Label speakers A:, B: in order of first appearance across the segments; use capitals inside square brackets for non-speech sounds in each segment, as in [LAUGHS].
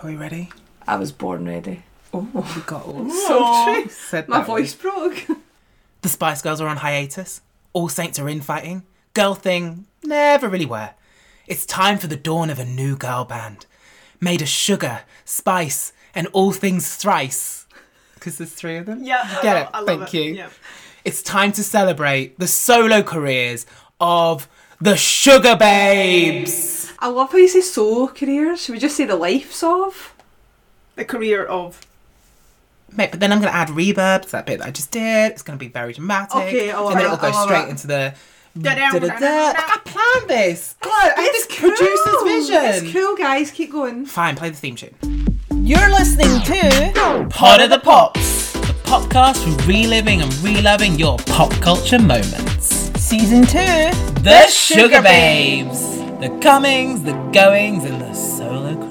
A: Are we ready?
B: I was born ready. Oh,
A: We got all
B: Sultry.
A: Said
B: my
A: that one.
B: voice broke. [LAUGHS]
A: The Spice Girls are on hiatus. All Saints are infighting. Girl thing never really were. It's time for the dawn of a new girl band, made of sugar, spice, and all things thrice. Because there's three of them.
C: Yeah, I
A: Get
C: love-
A: it.
C: I love
A: Thank
C: it.
A: you.
C: Yeah.
A: It's time to celebrate the solo careers of the Sugar Babes.
B: I love how you say so careers. Should we just say the lives of?
C: The career of.
A: Mate, but then I'm gonna add reverb to that bit that I just did. It's gonna be very dramatic.
B: Okay, I love
A: and then
B: it.
A: it'll go
B: I love
A: straight
B: it.
A: into the. oh, Da, da,
C: Da-dam,
A: da,
C: da-dam,
A: Like, I planned this. God, I had this producer's vision.
B: It's cool, guys. Keep going.
A: Fine, play the theme tune.
B: You're listening to.
A: Pod of the Pops, the podcast for reliving and reloving your pop culture moments.
B: Season 2.
A: The Sugar Babes, the comings, the goings, and the solo careers.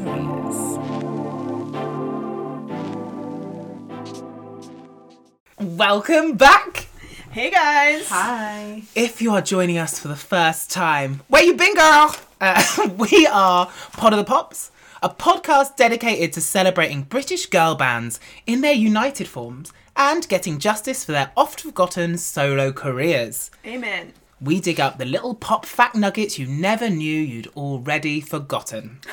A: Welcome back.
C: Hey guys!
B: Hi.
A: If you are joining us for the first time, where you been, girl? Uh, [LAUGHS] we are Pod of the Pops, a podcast dedicated to celebrating British girl bands in their united forms and getting justice for their oft forgotten solo careers.
C: Amen.
A: We dig up the little pop fact nuggets you never knew you'd already forgotten. [LAUGHS]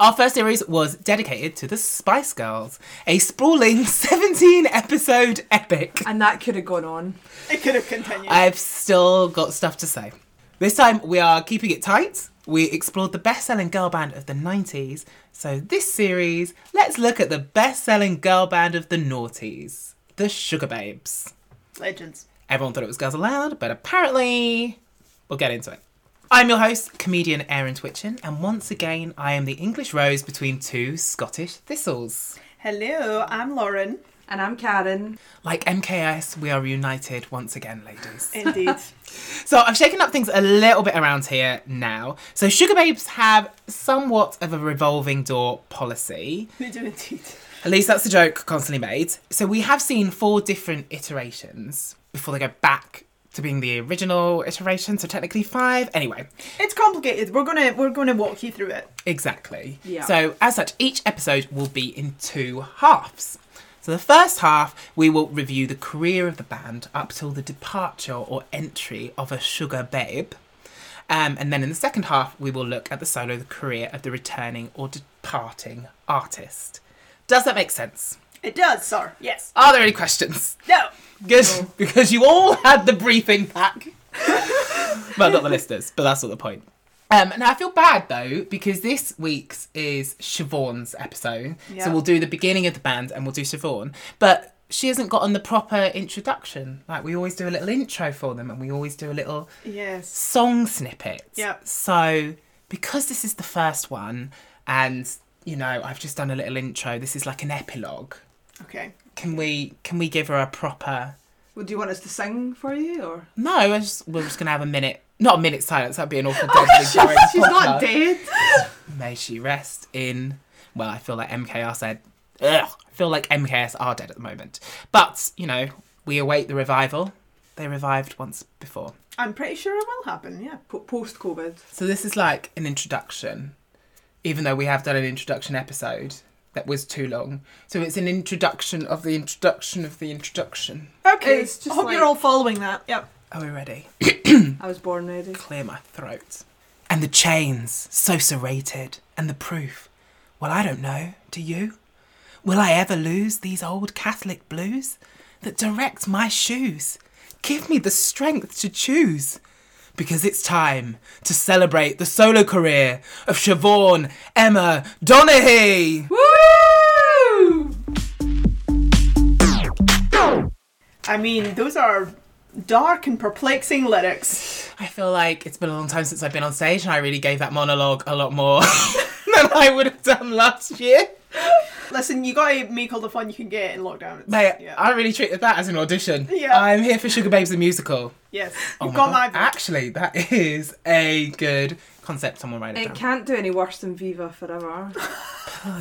A: Our first series was dedicated to the Spice Girls, a sprawling [LAUGHS] 17 episode epic.
B: And that could have gone on.
C: It could have continued.
A: I've still got stuff to say. This time we are keeping it tight. We explored the best selling girl band of the 90s. So, this series, let's look at the best selling girl band of the noughties, the Sugar Babes.
C: Legends.
A: Everyone thought it was Girls Aloud, but apparently, we'll get into it. I'm your host, comedian Erin Twitchin, and once again, I am the English rose between two Scottish thistles.
C: Hello, I'm Lauren.
B: And I'm Karen.
A: Like MKS, we are reunited once again, ladies.
C: Indeed.
A: So I've shaken up things a little bit around here now. So Sugar Babes have somewhat of a revolving door policy.
C: we do indeed.
A: At least that's the joke constantly made. So we have seen four different iterations before they go back to being the original iteration. So technically five. Anyway,
C: It's complicated. We're gonna we're gonna walk you through it.
A: exactly.
B: Yeah.
A: So as such, each episode will be in two halves. So the first half, we will review the career of the band up till the departure or entry of a sugar babe. Um, and then in the second half, we will look at the solo the career of the returning or departing artist. Does that make sense?
C: It does, sir. Yes.
A: Are there any questions?
C: No.
A: Good, [LAUGHS] because you all had the briefing
C: [LAUGHS]
A: pack. well, not the listeners, but that's not the point. Um, now I feel bad though because this week's is Siobhan's episode,
C: Yeah.
A: so we'll do the beginning of the band and we'll do Siobhan, but she hasn't gotten the proper introduction. Like we always do a little intro for them, and we always do a little
C: Yes.
A: song snippets.
C: Yep.
A: So because this is the first one, and you know I've just done a little intro. This is like an epilogue.
C: Okay.
A: Can we can we give her a proper
B: Well, do you want us to sing for you? or
A: No, I just, we're just gonna have a minute. Not a minute silence. That'd be an awful deadly boring
B: Oh, She's
A: podcast.
B: not dead.
A: May she rest in. Well, I feel like MKR said. Ugh, I feel like MKS are dead at the moment. But you know, we await the revival. They revived once before,
C: I'm pretty sure it will happen, yeah.
B: Po- Post COVID.
A: so this is like an introduction. Even though we have done an introduction episode that was too long, so it's an introduction of the introduction of the introduction.
C: Okay.
B: It's just
C: I hope
B: like-
C: you're all following that. Yep.
A: Are we ready?
B: I was born ready.
A: clear my throat. And the chains, so serrated, and the proof. Well, I don't know, do you? Will I ever lose these old Catholic blues that direct my shoes? Give me the strength to choose. Because it's time to celebrate the solo career of Siobhan Emma Donaghy.
B: Woo!
C: I mean, those are dark and perplexing lyrics.
A: I feel like it's been a long time since I've been on stage, and I really gave that monologue a lot more [LAUGHS] than I would have done last year.
C: Listen, you gotta make all the fun you can get in lockdown. It's-
A: Mate,
C: yeah.
A: I really treated that as an audition.
C: Yeah.
A: I'm here for Sugar Babes the musical.
C: yes.
A: Oh
C: You've got
A: God.
C: my back.
A: Actually, that is a good concept. Someone write it,
B: It
A: down.
B: can't do any worse than Viva Forever.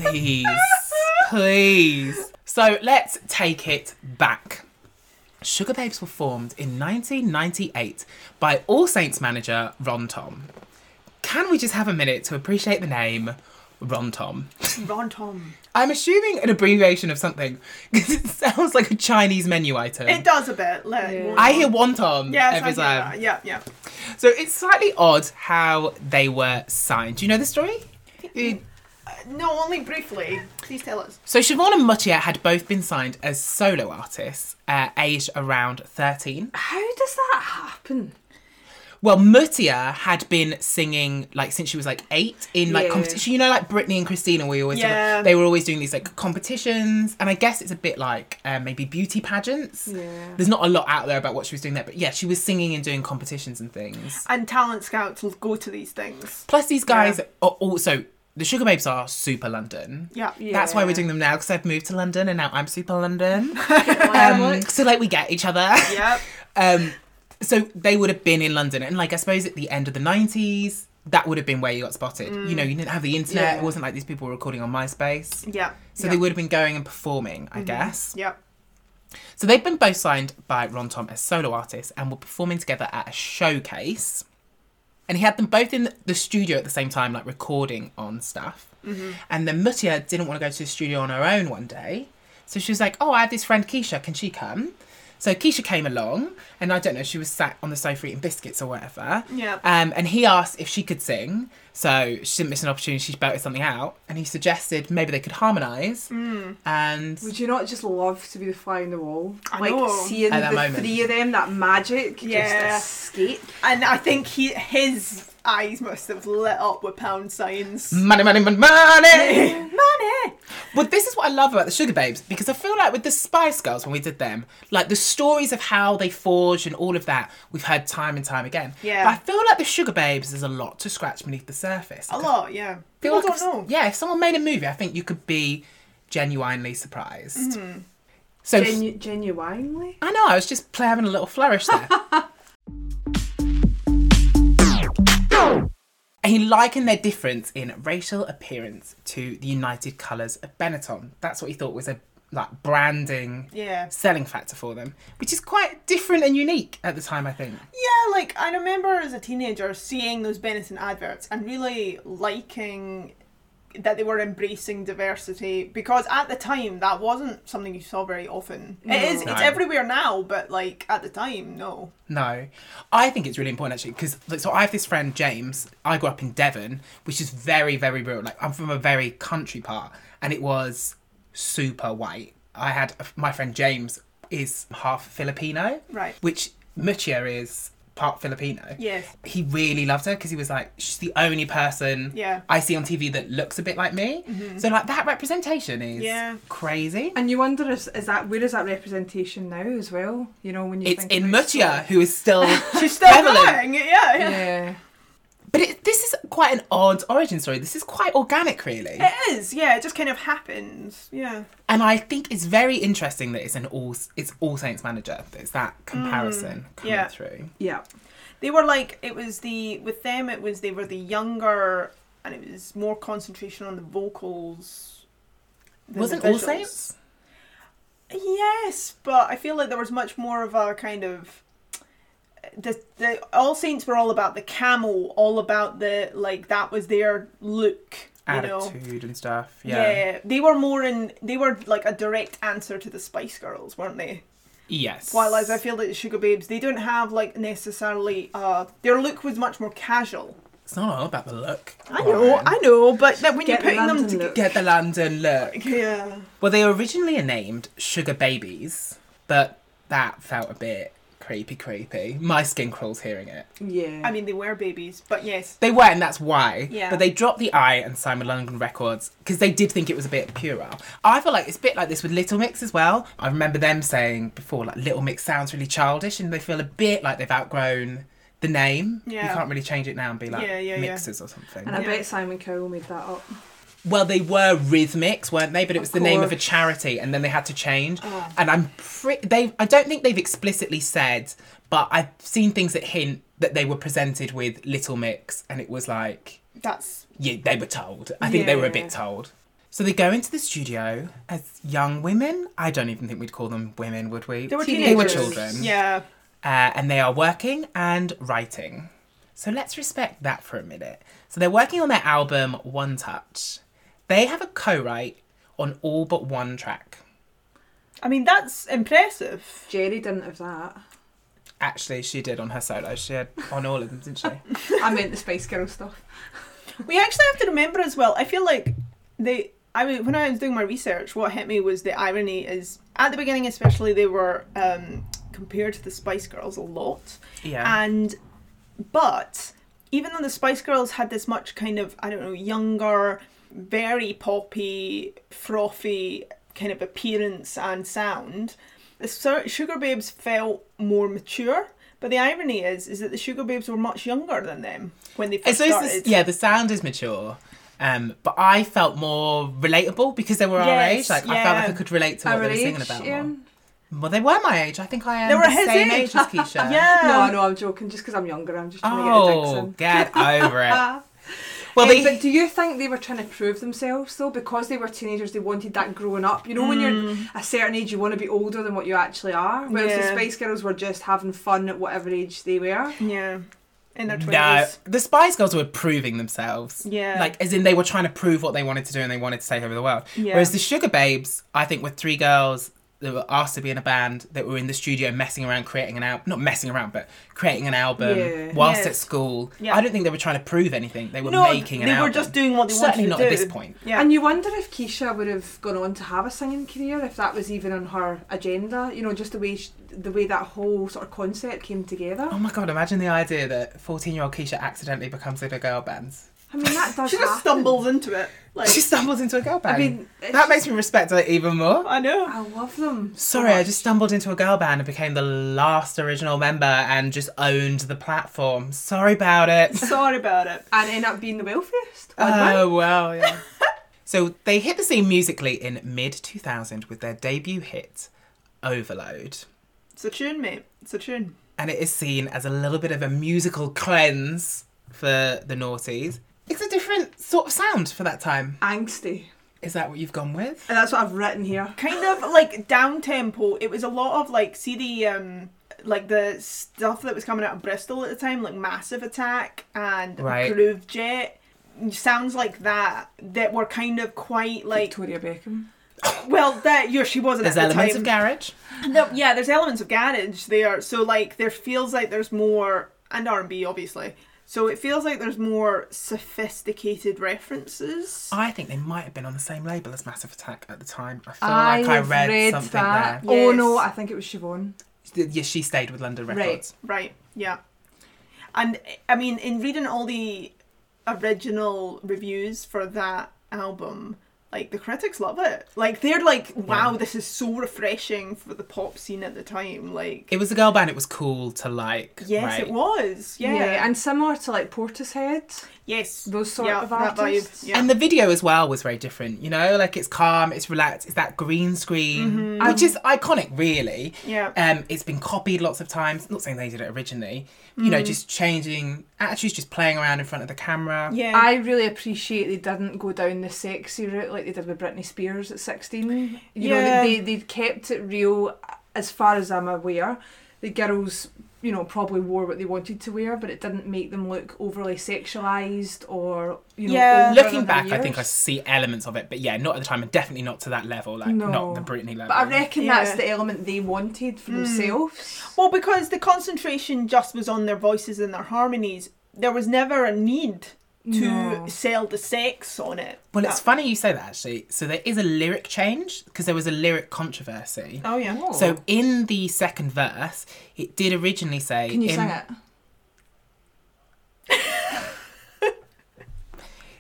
A: Please.
C: [LAUGHS]
A: Please. So let's take it back. Sugar Babes were formed in 1998 by All Saints manager Ron Tom. Can we just have a minute to appreciate the name Rom Tom.
C: Ron Tom.
A: I'm assuming an abbreviation of something because it [LAUGHS] sounds like a Chinese menu item.
C: It does a bit. Let,
B: Yeah.
C: wonton.
A: Ah. I hear wonton
C: Yes, I
A: every
C: hear
A: time.
C: that. Yeah, yeah.
A: So it's slightly odd how they were signed. Do you know the story?
C: No, only briefly. Please tell us.
A: So Siobhan and Muttier had both been signed as solo artists, uh, aged around 13.
B: How does that happen?
A: Well, Muttier had been singing like since she was like eight in like
B: Yeah.
A: competition. You know, like Britney and Christina, we always
C: Yeah.
A: they were always doing these like competitions, and I guess it's a bit like uh, maybe beauty pageants.
B: Yeah.
A: There's not a lot out there about what she was doing there, but yeah, she was singing and doing competitions and things.
C: And talent scouts will go to these things.
A: Plus, these guys
C: Yeah.
A: are also the Sugar Babes are super London.
C: Yeah.
A: That's why we're
B: Yeah.
A: doing them now because I've moved to London and now I'm super
B: [LAUGHS]
A: London.
B: Wow.
A: Um, so like we get each other.
C: Yep.
A: Um, so they would have been in London, and like I suppose at the end of the nineties, that would have been where you got spotted. You know, you didn't have the internet.
B: Mm. Yeah.
A: It wasn't like these people were recording on MySpace.
C: Yeah.
A: So they would have been going and performing,
B: Mm-hmm.
A: I guess.
C: Yep.
A: So they've been both signed by Ron Tom as solo artists and were performing together at a showcase. And he had them both in the studio at the same time, like recording on stuff. And then Mutia didn't want to go to the studio on her own one day. So she was like, Oh, I have this friend Keisha, can she come? So Keisha came along, and I don't know, she was sat on the sofa eating biscuits or whatever.
C: Yeah.
A: Um, and he asked if she could sing, so she didn't miss an opportunity. She belted something out, and he suggested maybe they could harmonise. And
B: Would you not just love to be the fly on the wall?
C: I
B: like
C: know.
B: seeing
A: At that
B: the
A: moment.
B: three of them, that magic,
C: Yeah.
B: just escape.
C: And I think he his eyes must have lit up with pound signs.
A: money, money, money,
B: [LAUGHS]
A: money.
C: Money.
A: But this is what I love about the Sugar Babes because I feel like with the Spice Girls when we did them, like the stories of how they forged and all of that, we've heard time and time again.
C: Yeah.
A: But I feel like the Sugar Babes is a lot to scratch beneath the surface.
C: A lot. Yeah.
A: I feel
C: People
A: like
C: don't know.
A: if- Yeah, if someone made a movie, I think you could be genuinely surprised.
C: Mm-hmm.
A: So
B: Genu- genuinely?
A: I know I was just play, having a little flourish there. And he likened their difference in racial appearance to the united colours of Benetton. That's what he thought was a like branding
C: Yeah.
A: selling factor for them, which is quite different and unique at the time, I think.
C: Yeah, like I remember as a teenager seeing those Benetton adverts and really liking that they were embracing diversity because at the time that wasn't something you saw very often. It is
A: No.
C: it's everywhere now, but like at the time, no.
A: No, I think it's really important actually because like, so I have this friend James. I grew up in Devon, which is very very rural. Like I'm from a very country part, and it was super white. I had my friend James is half Filipino,
C: Right.
A: Which Muchia is part Filipino.
C: Yes.
A: He really loved her because he was like, she's the only person
C: Yeah. Mm-hmm.
A: I see on TV that looks a bit like me. So like that representation is
C: Yeah.
A: crazy.
B: And you wonder is, is that where is that representation now as well? You know when you
A: It's
B: think
A: in
B: about
A: Muchia
B: sort
A: who is still
C: [LAUGHS] She's still
A: prevalent.
C: going. Yeah,
B: of-
C: yeah.
B: Yeah.
A: But it, this is quite an odd origin story. This is quite organic, really.
C: It is, yeah, it just kind of happens. Yeah.
A: And I think it's very interesting that it's an all it's All Saints manager. that It's that comparison coming
C: Mm, yeah.
A: through.
B: Yeah.
C: They were like it was the with them it was they were the younger and it was more concentration on the vocals. than
A: Wasn't
C: the
A: All
C: visuals.
A: Saints?
C: Yes, but I feel like there was much more of a kind of the the All Saints were all about the camel, all about the like that was their look, you know.
A: Attitude and stuff.
C: Yeah.
A: Yeah.
C: they were more in. They were like a direct answer to the Spice Girls, weren't they?
A: Yes.
C: While as I feel like the Sugar Babes, they don't have like necessarily. Uh, their look was much more casual.
A: it's not all about the look.
C: I know, I know, but that when
B: Get
C: you're putting them
B: London
C: together,
B: look.
A: Get the London look.
C: yeah,
A: Well, they originally are named Sugar Babies, but that felt a bit creepy, creepy. My skin crawls hearing it.
B: Yeah.
C: I mean they were babies, but yes,
A: They were, and that's why.
C: Yeah.
A: But they dropped the I and signed with London Records because they did think it was a bit puerile. I feel like it's a bit like this with Little Mix as well. I remember them saying before, like, Little Mix sounds really childish, and they feel a bit like they've outgrown the name. You
C: Yeah.
A: can't really change it now and be like
C: Yeah, yeah, yeah.
A: Mixers or something.
B: and I
C: yeah.
B: bet Simon Cowell made that up.
A: Well, they were Rhythmics, weren't they? But it was the name of a
B: course.
A: charity, and then they had to change.
C: Oh.
A: And I'm pretty. They. I don't think they've explicitly said, but I've seen things that hint that they were presented with Little Mix, and it was like
C: that's
A: yeah, they were told. I think they were a bit
B: Yeah.
A: told. So they go into the studio as young women. I don't even think we'd call them women, would we?
C: they were
B: Teenagers.
C: teenagers.
A: They were children.
C: Yeah,
A: Uh, and they are working and writing. So let's respect that for a minute. So they're working on their album One Touch, They have a co-write on all but one track.
C: I mean, that's impressive.
B: Jerry didn't have that.
A: Actually, she did on her solo. She had on all of them, didn't she?
B: [LAUGHS]
C: [LAUGHS]
B: I meant the Spice Girl stuff.
C: We actually have to remember as well. I feel like they. I was, when I was doing my research, what hit me was the irony is at the beginning, especially they were um, compared to the Spice Girls a lot,
A: Yeah.
C: and but even though the Spice Girls had this much kind of I don't know younger, very poppy, frothy kind of appearance and sound, the Sur- Sugar Babes felt more mature. But the irony is, is that the Sugar Babes were much younger than them when they
A: I
C: first
A: suppose
C: started.
A: this, yeah, the sound is mature. Um, but I felt more relatable because they were our age.
C: Yes,
A: Like I felt like I
C: yeah.
A: could relate to what
B: Our
A: they were singing
B: age,
A: about. more.
B: Ian?
A: Well, they were my age. I think I am
C: They were
A: the
C: his
A: same
C: age.
A: age as Keisha.
C: [LAUGHS] Yeah.
B: No, no, I'm joking. Just because I'm younger, I'm just trying to get a
A: Oh,
B: Dixon.
A: get over it.
C: [LAUGHS]
B: Ah.
A: Well,
B: Eh,
A: they,
B: but do you think they were trying to prove themselves though? Because they were teenagers, they wanted that growing up. You know, when you're a certain age, you want to be older than what you actually are. Whereas the
C: Mm. Yeah.
B: Spice Girls were just having fun at whatever age they were.
C: Yeah. In their 20s.
A: no, the Spice Girls were proving themselves.
C: Yeah.
A: Like, as in they were trying to prove what they wanted to do and they wanted to take over the world.
C: Yeah.
A: Whereas the Sugar Babes, I think, were three girls that were asked to be in a band that were in the studio messing around, creating an album. Not messing around, but creating an album
B: Yeah.
A: whilst
C: Yes.
A: at school.
C: Yeah.
A: I don't think they were trying to prove anything. They were
C: no,
A: making an
C: they
A: album.
C: were just doing what they
A: Certainly
C: wanted
A: not
C: to
A: at
C: do.
A: this point.
C: Yeah.
B: And you wonder if Keisha would have gone on to have a singing career if that was even on her agenda. You know, just the way sh the way that whole sort of concept came together.
A: Oh my god, imagine the idea that 14 year old Keisha accidentally becomes into a girl band.
B: I mean, that does
C: she just
B: happen.
C: stumbles into it. Like
A: She stumbles into a girl band.
B: I mean, it's
A: that makes
B: just-
A: me respect her even more.
C: I know.
B: I love them. so
A: Sorry, I
B: much.
A: just stumbled into a girl band and became the last original member and just owned the platform. Sorry about it.
C: Sorry about it.
B: and end up being the wealthiest.
C: Uh-huh.
B: Odd
A: oh, well, yeah. so they hit the scene musically in mid 2000 with their debut hit, Overload.
C: It's a tune, mate. It's a tune.
A: And it is seen as a little bit of a musical cleanse for the Naughties. It's a different sort of sound for that time.
B: one. angsty,
A: Is that what you've gone with?
B: and that's what I've written here.
C: Kind of like down tempo. It was a lot of like see the um like the stuff that was coming out of Bristol at the time, like Massive Attack and
A: Right.
C: Groove Jet. Sounds like that that were kind of quite like
B: Victoria Beckham.
C: well that yeah she wasn't
A: There's
C: at the
A: elements
C: time.
A: of garage.
C: No, yeah, there's elements of garage there. So like there feels like there's more and R and B obviously. So it feels like there's more sophisticated references.
A: I think they might have been on the same label as Massive Attack at the time. I feel
B: I
A: like I
B: have
A: read,
B: read
A: something
B: that.
A: there.
B: Oh
C: Yes.
B: no, I think it was Siobhan.
A: Th- Yeah, she stayed with London
B: Right.
A: Records.
C: Right. Yeah. And I mean, in reading all the original reviews for that album, like the critics love it. Like they're like, wow, this is so refreshing for the pop scene at the time. Like,
A: It was a girl band. It was cool to like.
C: yes,
A: right?
C: it was. Yeah.
B: and similar to like Portishead,
C: yes.
B: those sort
C: Yeah,
B: of
C: that vibe,
B: artists.
C: yeah.
A: And the video as well was very different. You know, like it's calm, it's relaxed, it's that green screen,
B: Mm-hmm.
A: which is iconic, really.
C: Yeah.
A: Um, it's been copied lots of times. Not saying they did it originally. You know,
B: Mm.
A: just changing attitudes, just playing around in front of the camera.
C: yeah.
B: I really appreciate they didn't go down the sexy route like they did with Britney Spears at sixteen. You know,
C: Yeah.
B: they they kept it real. As far as I'm aware, the girls, you know, probably wore what they wanted to wear, but it didn't make them look overly sexualized or you know.
C: Yeah.
B: older
A: Looking
B: than
A: back, I
B: years.
A: think I see elements of it, but yeah, not at the time, and definitely not to that level, like
B: No.
A: not the Britney level.
B: But I reckon that's
C: Yeah.
B: the element they wanted
A: Hmm.
B: for themselves.
C: Well, because the concentration just was on their voices and their harmonies. There was never a need to
B: No.
C: sell the sex on it.
A: well, it's funny you say that actually. So there is a lyric change because there was a lyric controversy.
C: Oh yeah.
A: So in the second verse, it did originally say.
B: Can you
A: in,
B: sing it?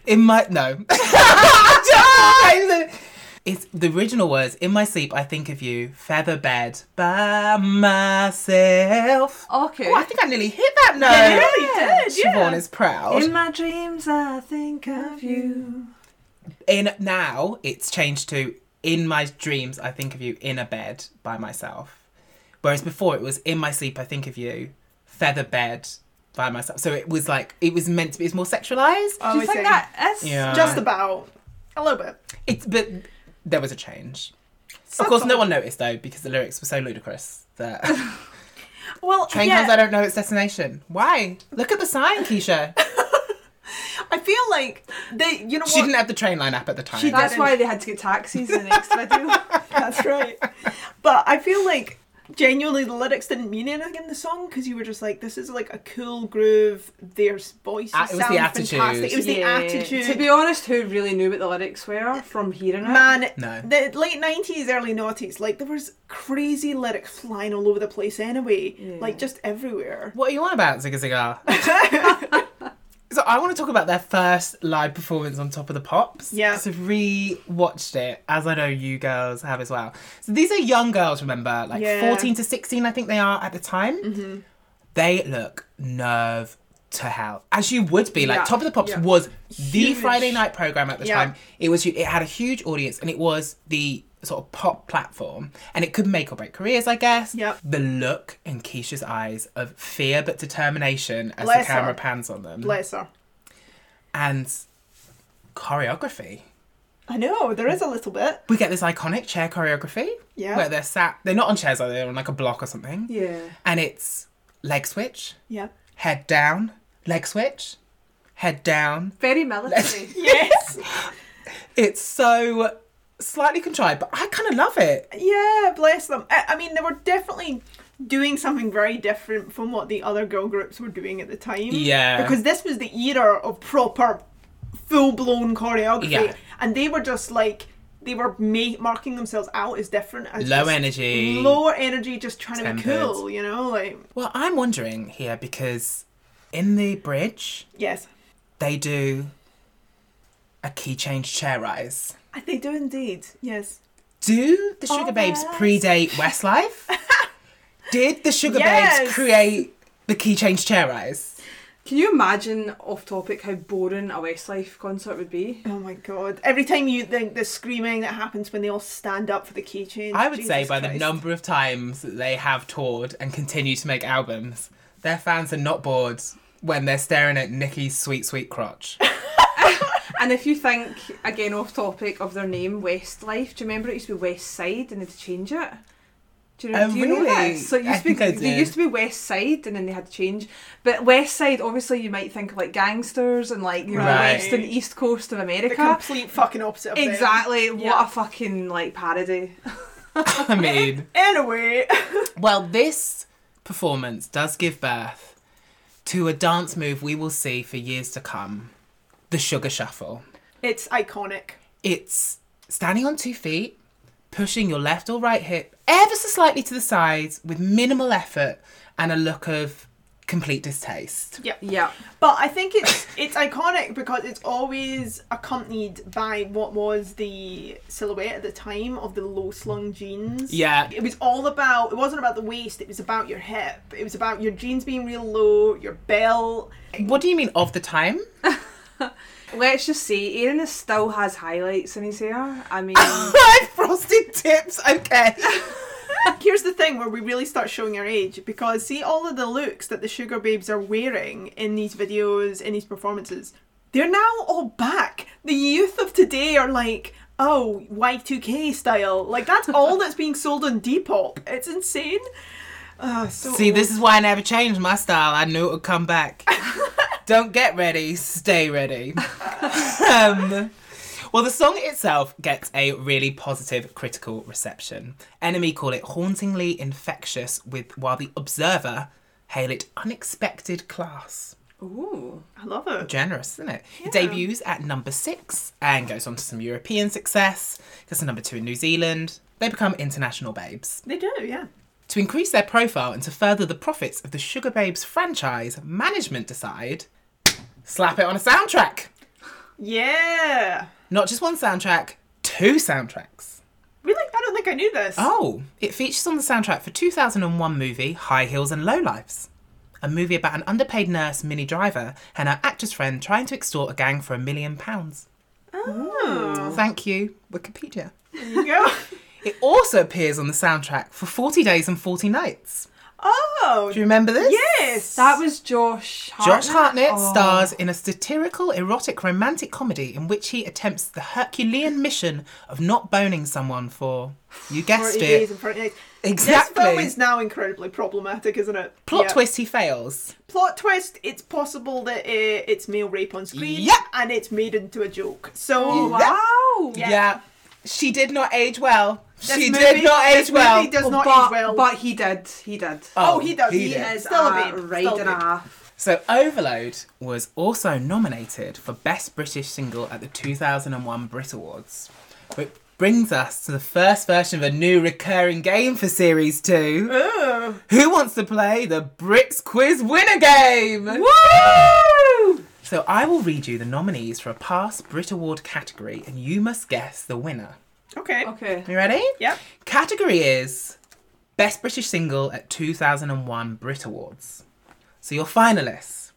A: In my [LAUGHS] no. it's the original words. In my sleep, I think of you, feather bed by myself.
B: Okay.
A: Oh, I think I nearly hit that note.
B: Yeah,
C: really did,
A: Siobhan
C: yeah.
A: is proud.
B: In my dreams, I think of you.
A: in now it's changed to in my dreams i think of you in a bed by myself whereas before it was in my sleep i think of you feather bed by myself so it was like it was meant to be it's more sexualized
C: Oh,
B: Do you
C: I
B: think
C: see.
B: that is?
A: Yeah.
C: Just about a little bit.
A: it's but there was a change of
C: That's
A: course no
C: all.
A: one noticed though because the lyrics were so ludicrous
C: [LAUGHS]
A: that
C: Well,
A: train
C: yeah. [LAUGHS]
A: comes i don't know its destination why look at the sign keisha
C: I feel like they, you know
A: She
C: what?
A: didn't have the train line app at the time.
C: She
B: That's
C: didn't.
B: why they had to get taxis in the next video.
C: That's right. But I feel like genuinely the lyrics didn't mean anything in the song because you were just like, this is like a cool groove. Their voices
A: Ah, it was the
C: sound
A: attitude.
C: fantastic. [LAUGHS] It was
B: Yeah.
C: the attitude.
B: To be honest, who really knew what the lyrics were from hearing it?
C: Man,
A: No.
C: the late nineties, early noughties, like there was crazy lyrics flying all over the place anyway, like just everywhere.
A: What are you on about, Zigga Zigga?
C: [LAUGHS]
A: [LAUGHS] so I want to talk about their first live performance on Top of the Pops.
C: Yeah.
A: So re-watched it, as I know you girls have as well. So these are young girls, remember, like
C: Yeah. Mm-hmm.
A: 14 to 16, I think they are at the time. They look nerve to hell, as you would be. Like
B: Yeah,
A: Top of the Pops
B: yeah.
A: was the
C: Huge.
A: Friday night program at the
C: Yeah.
A: time. It was hu- it had a huge audience, and it was the sort of pop platform, and it could make or break careers, I guess.
C: Yep.
A: The look in Keisha's eyes of fear but determination as
C: Bless
A: the camera
C: her.
A: pans on them,
C: Bless her.
A: and choreography.
C: I know there is a little bit.
A: We get this iconic chair choreography.
C: Yeah.
A: Where they're sat, they're not on chairs, are they? They're on like a block or something.
B: Yeah.
A: And it's leg switch,
C: Yeah.
A: head down, leg switch, head down,
B: Very military.
C: Yes.
A: It's so slightly contrived, but I kind of love it.
C: yeah. Bless them. I, I mean, they were definitely doing something very different from what the other girl groups were doing at the time.
A: Yeah.
C: Because this was the era of proper, full blown choreography,
A: Yeah.
C: and they were just like. They were ma- marking themselves out as different as
A: Low
C: just
A: energy.
C: lower energy, just trying to be
A: Tempered.
C: cool, you know, like
A: Well, I'm wondering here because in the bridge
C: yes,
A: they do a key change chair rise.
C: Uh, They do indeed. Yes.
A: Do the Sugar
C: Oh,
A: Babes
C: yes. [LAUGHS]
A: predate Westlife? Did the Sugar
C: Yes.
A: Babes create the key change chair rise?
B: Can you imagine off topic how boring a Westlife concert would be?
C: Oh my god! Every time you think the screaming that happens when they all stand up for the key change.
A: I would say
C: Jesus
A: by the
C: Christ.
A: number of times that they have toured and continue to make albums, their fans are not bored when they're staring at Nicky's sweet, sweet crotch. [LAUGHS]
B: And if you think again off topic of their name Westlife, do you remember it used to be West Side and they had to change it? Do you, know,
A: Oh,
B: do you know
A: really?
B: this? So it
A: I
B: used to be,
A: think I
B: they
A: did.
B: used to be West Side and then they had to change. But West Side, obviously, you might think of like gangsters and like you know,
A: Right.
B: West and East Coast of
C: the
B: America.
C: complete fucking opposite. Of them.
B: Exactly. What
C: Yeah.
B: a fucking like parody.
A: I mean.
C: Anyway,
A: Well, this performance does give birth to a dance move we will see for years to come the sugar shuffle.
C: it's iconic.
A: It's standing on two feet, pushing your left or right hip ever so slightly to the sides with minimal effort and a look of complete distaste.
C: Yeah.
B: Yeah.
C: But I think it's [LAUGHS] it's iconic because it's always accompanied by what was the silhouette at the time of the low slung jeans.
A: Yeah.
C: It was all about. It wasn't about the waist. It was about your hip. It was about your jeans being real low, your belt.
A: What do you mean of the [LAUGHS] time?
B: Let's just say Aaron is still has highlights in his hair.
A: [COUGHS]
B: I mean,
A: Frosted tips, okay.
C: Here's the thing where we really start showing our age because see all of the looks that the sugar babes are wearing in these videos, in these performances, they're now all back. The youth of today are like, oh, Y2K style. Like that's all that's being sold on Depop. It's insane. Uh, so
A: See, this is why I never changed my style. I knew it would come back. Don't get ready, stay ready. um, well, the song itself gets a really positive critical reception. Enemy call it hauntingly infectious, with while the Observer hail it unexpected class.
B: ooh,
C: I love it.
A: Generous, isn't it? It debuts at number six and goes on to some European success. Gets a number two in New Zealand. They become international babes.
C: They do, yeah.
A: To increase their profile and to further the profits of the Sugar Babes franchise, management decide slap it on a soundtrack.
C: Yeah.
A: Not just one soundtrack, two soundtracks.
C: Really? I don't think I knew this.
A: Oh, it features on the soundtrack for 2001 movie High Heels and Low Lives, a movie about an underpaid nurse, Minnie Driver, and her actress friend trying to extort a gang for a million pounds.
C: Oh.
A: Thank you, Wikipedia. [LAUGHS]
C: There you go.
A: It also appears on the soundtrack for 40 Days and 40 Nights.
C: Oh,
A: Do you remember this?
C: yes.
B: That was Josh Hartnett.
A: Josh Hartnett
B: Oh.
A: stars in a satirical, erotic, romantic comedy in which he attempts the Herculean mission of not boning someone for, you guessed
C: 40
A: it,
C: days and 40 nights. This film
A: exactly.
C: is now incredibly problematic, isn't it?
A: Plot
C: Yeah.
A: twist, he fails.
C: Plot twist. It's possible that uh, it's male rape on screen.
A: Yeah.
C: And it's made into a joke. So
B: Oh,
A: Yeah.
B: wow.
C: Yeah.
A: She did not age well.
C: This
A: she
C: movie-
A: did not
C: this
A: age well.
C: movie does
B: Well, Oh,
C: not
B: but,
C: age well.
B: but he did. He did.
C: oh, he does. He,
A: did.
C: is Ah, still
A: Ah,
C: a babe.
B: right
C: Still a
B: and a
C: babe.
B: half.
A: So Overload was also nominated for Best British Single at the 2001 Brit Awards, which brings us to the first version of a new recurring game for Series 2.
C: Ugh.
A: Who wants to play the Brits Quiz Winner Game?
B: Woo!
A: So I will read you the nominees for a past Brit Award category and you must guess the winner.
C: Okay.
B: Okay.
A: You ready?
C: Yep.
A: Category is Best British Single at 2001 Brit Awards. So your finalists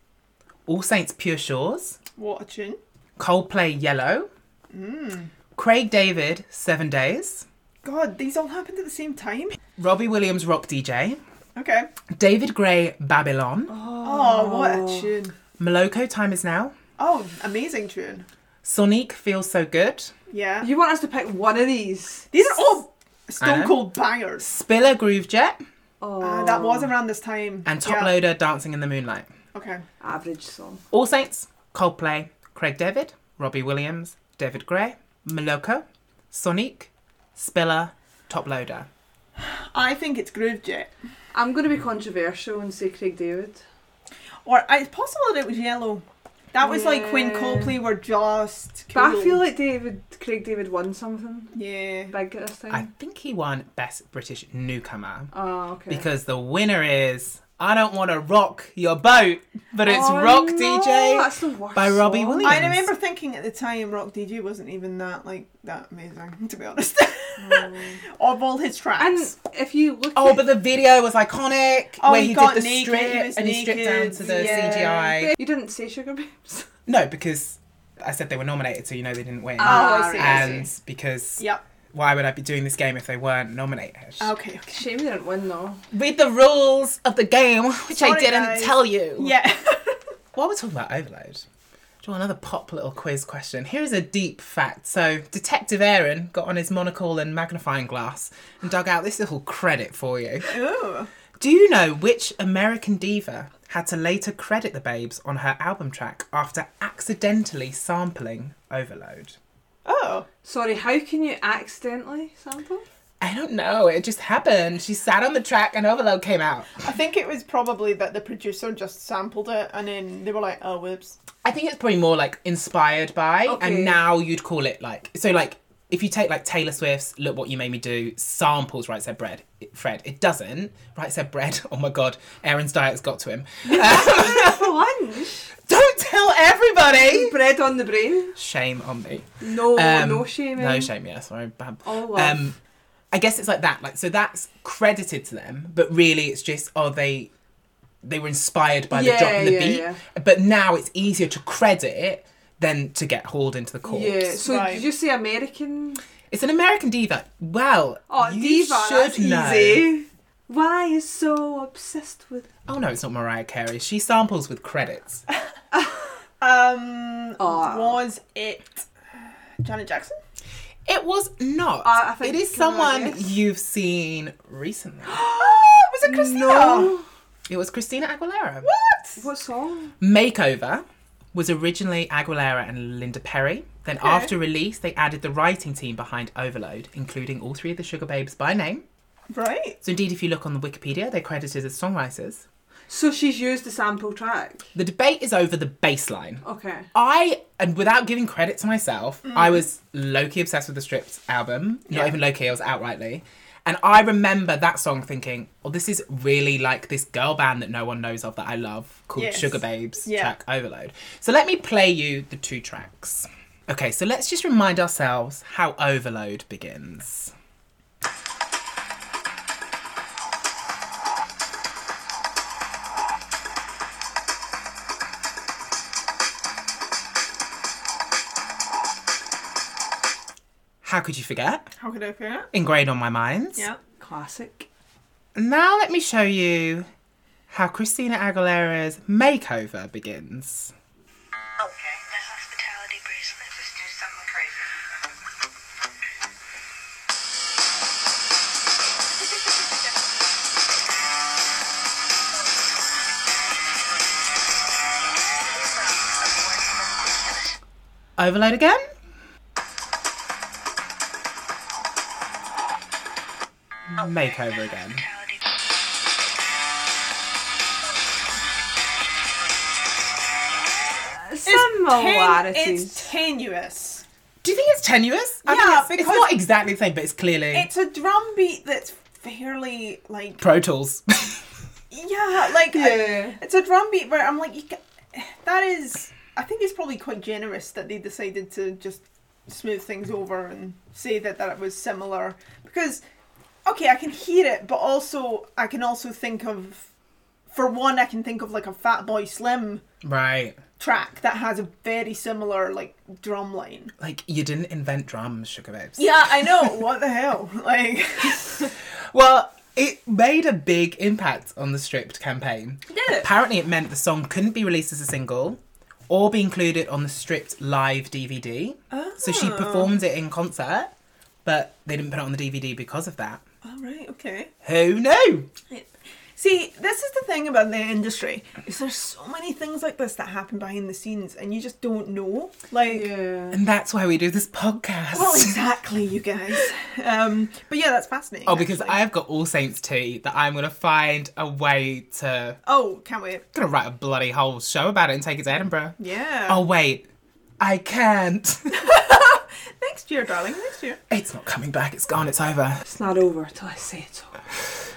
A: All Saints Pure Shores,
C: What a tune.
A: Coldplay Yellow,
C: Hmm.
A: Craig David Seven Days,
C: God, these all happened at the same time.
A: Robbie Williams Rock DJ,
C: Okay.
A: David Gray Babylon,
C: Oh, what a tune.
A: Maloko Time Is Now,
C: Oh, amazing tune.
A: Sonic Feels So Good,
C: Yeah.
B: You want us to pick one of these?
C: These are all
A: I
C: stone
A: know.
C: cold bangers.
A: Spiller Groove Jet,
B: Oh,
A: Ah,
C: Uh, that was around this time.
A: and Top
C: Yeah.
A: Loader Dancing in the Moonlight.
C: Okay.
B: average song.
A: All Saints, Coldplay, Craig David, Robbie Williams, David Gray, Maloko, Sonic, Spiller, Top Loader.
C: I think it's Groove Jet.
B: I'm going to be controversial and say Craig David.
C: Or I- it's possible that it was Yellow. That was like when
B: Yeah.
C: Coldplay were just. Cool.
B: But I feel like David Craig David won something
C: Yeah.
B: big at this
A: I
B: time.
A: think he won Best British Newcomer
B: oh, okay.
A: because the winner is I Don't Want to Rock Your Boat, but it's
B: Oh,
A: Rock
B: no,
A: DJ.
B: that's the worst
A: by Robbie
B: song.
A: Williams.
C: I remember thinking at the time Rock DJ wasn't even that like that amazing [LAUGHS] to be honest. of all his
B: Mm. And
C: tracks.
B: if you look,
A: Oh,
B: at,
A: but the video was iconic
C: Oh,
A: where
C: he
A: he,
C: got
A: did the
C: naked, he
A: strip
C: was
A: and he stripped down
C: naked,
A: to the
C: yeah.
A: CGI.
B: you didn't say Sugar Babes. [LAUGHS]
A: No, because I said they were nominated, so you know they didn't win.
C: Oh, I
B: ah,
C: see, I see.
A: and because
C: Yep.
A: why would I be doing this game if they weren't nominated?
C: Okay. okay.
B: Shame they didn't win though.
A: Read Uh, the rules of the game, which I
C: Sorry,
A: didn't
C: guys.
A: tell you.
C: Yeah. [LAUGHS]
A: While we're talking about overload, do you want another pop little quiz question? Here is a deep fact. So, Detective Aaron got on his monocle and magnifying glass and dug out this little credit for you.
C: Ooh.
A: Do you know which American diva had to later credit the Babes on her album track after accidentally sampling Overload?
C: Oh.
B: Sorry, how can you accidentally
A: [LAUGHS]
B: sample?
A: I don't know, it just happened. She sat on the track and Overload came out.
C: I think it was probably that the producer just sampled it and then they were like, oh, whoops.
A: I think it's probably more like inspired by,
B: Okay.
A: and now you'd call it like so. Like if you take like Taylor Swift's "Look What You Made Me Do" samples, right? Said bread, it, Fred. It doesn't. Right? Said bread. [LAUGHS] Oh my God, Aaron's diet's got to him. Um,
B: For lunch,
A: [LAUGHS] don't tell everybody.
B: bread on the brain.
A: Shame on me.
B: No,
A: Um,
B: no shaming. Oh,
A: No shame. Yeah, sorry, bam.
B: All love.
A: Um, I guess it's like that. Like so, that's credited to them, but really, it's just oh they they were inspired by the drop
B: Yeah,
A: in the
B: yeah,
A: beat.
B: yeah.
A: But now it's easier to credit than to get hauled into the courts.
B: yeah. So
C: Right.
B: did you say American?
A: It's an American diva. Well,
B: Oh,
A: you
B: diva.
A: should
B: That's
A: know.
B: easy. Why is so obsessed with?
A: Oh no, it's not Mariah Carey. She samples with
B: [LAUGHS]
A: credits.
C: Um,
B: Aw.
C: was it Janet
B: [GASPS]
C: Jackson? [GASPS]
A: It was not.
B: I- I think
A: it is
B: can I
A: someone
B: [GASPS] guess?
A: you've seen recently.
C: Oh, was it Christina?
A: Ah.
B: No.
A: it was Christina Aguilera.
C: What?
B: Oh, What song?
A: Makeover was originally Aguilera and Linda Perry. Then after release, they added the writing team behind Overload, including all three of the Sugar Babes by name.
C: Right.
A: So indeed, if you look on the Wikipedia, they're credited as songwriters.
B: So she's used the sample track.
A: The debate is over the bass line.
B: Okay.
A: I and without giving credit to myself, I was low key obsessed with the Strips album. Not
C: Mm. Yeah.
A: even low key, I was outrightly. And I remember that song thinking, "Oh, this is really like this girl band that no one knows of that I love called
C: Yes.
A: Sugar Babes
C: Yeah.
A: track Overload." So let me play you the two tracks. Okay, so let's just remind ourselves how Overload begins. How could you forget?
C: How could I forget?
A: Ingrained on my mind.
C: Yeah.
B: Classic.
A: Now let me show you how Christina Aguilera's makeover begins.
D: Okay, the hospitality bracelet. Let's do something crazy. [LAUGHS]
A: Overload again. Makeover again.
D: Hospitality.
C: It's
B: Similarities.
C: tenuous.
A: Do you think it's tenuous? I mean,
C: Yeah,
A: it's, it's
C: because-
A: not exactly the same, but it's clearly
C: It's a drum beat that's fairly like
A: Pro Tools. [LAUGHS]
C: yeah, like I-
B: Yeah.
C: it's a drum beat where I'm like, you ca- that is. I think it's probably quite generous that they decided to just smooth things over and say that that it was similar because okay, I can hear it, but also I can also think of, for one, I can think of like a Fat Boy Slim
A: right.
C: track that has a very similar like drum line.
A: Like, you didn't invent drums, Sugar Babes.
C: Yeah, I know. what the hell? [LAUGHS]
B: [LAUGHS]
C: Like,
A: Well, it made a big impact on the stripped campaign.
C: Did it?
A: Apparently, it meant the song couldn't be released as a single or be included on the stripped live DVD. So
C: Oh.
A: she performed it in concert, but they didn't put it on the DVD because of that.
C: all right, okay.
A: Who knew?
C: See, this is the thing about the industry is there's so many things like this that happen behind the scenes, and you just don't know. Like,
B: Yeah.
A: And that's why we do this podcast.
C: well, exactly, you guys. Um, but yeah, that's fascinating.
A: Oh, because
C: actually.
A: I've got All Saints tea that I'm gonna find a way to.
C: oh, can't wait.
A: gonna write a bloody whole show about it and take it to Edinburgh.
C: Yeah.
A: Oh wait, I can't. [LAUGHS]
C: next year, darling. Next year.
A: it's not coming back. It's gone. It's over.
B: It's not over till I say it's over.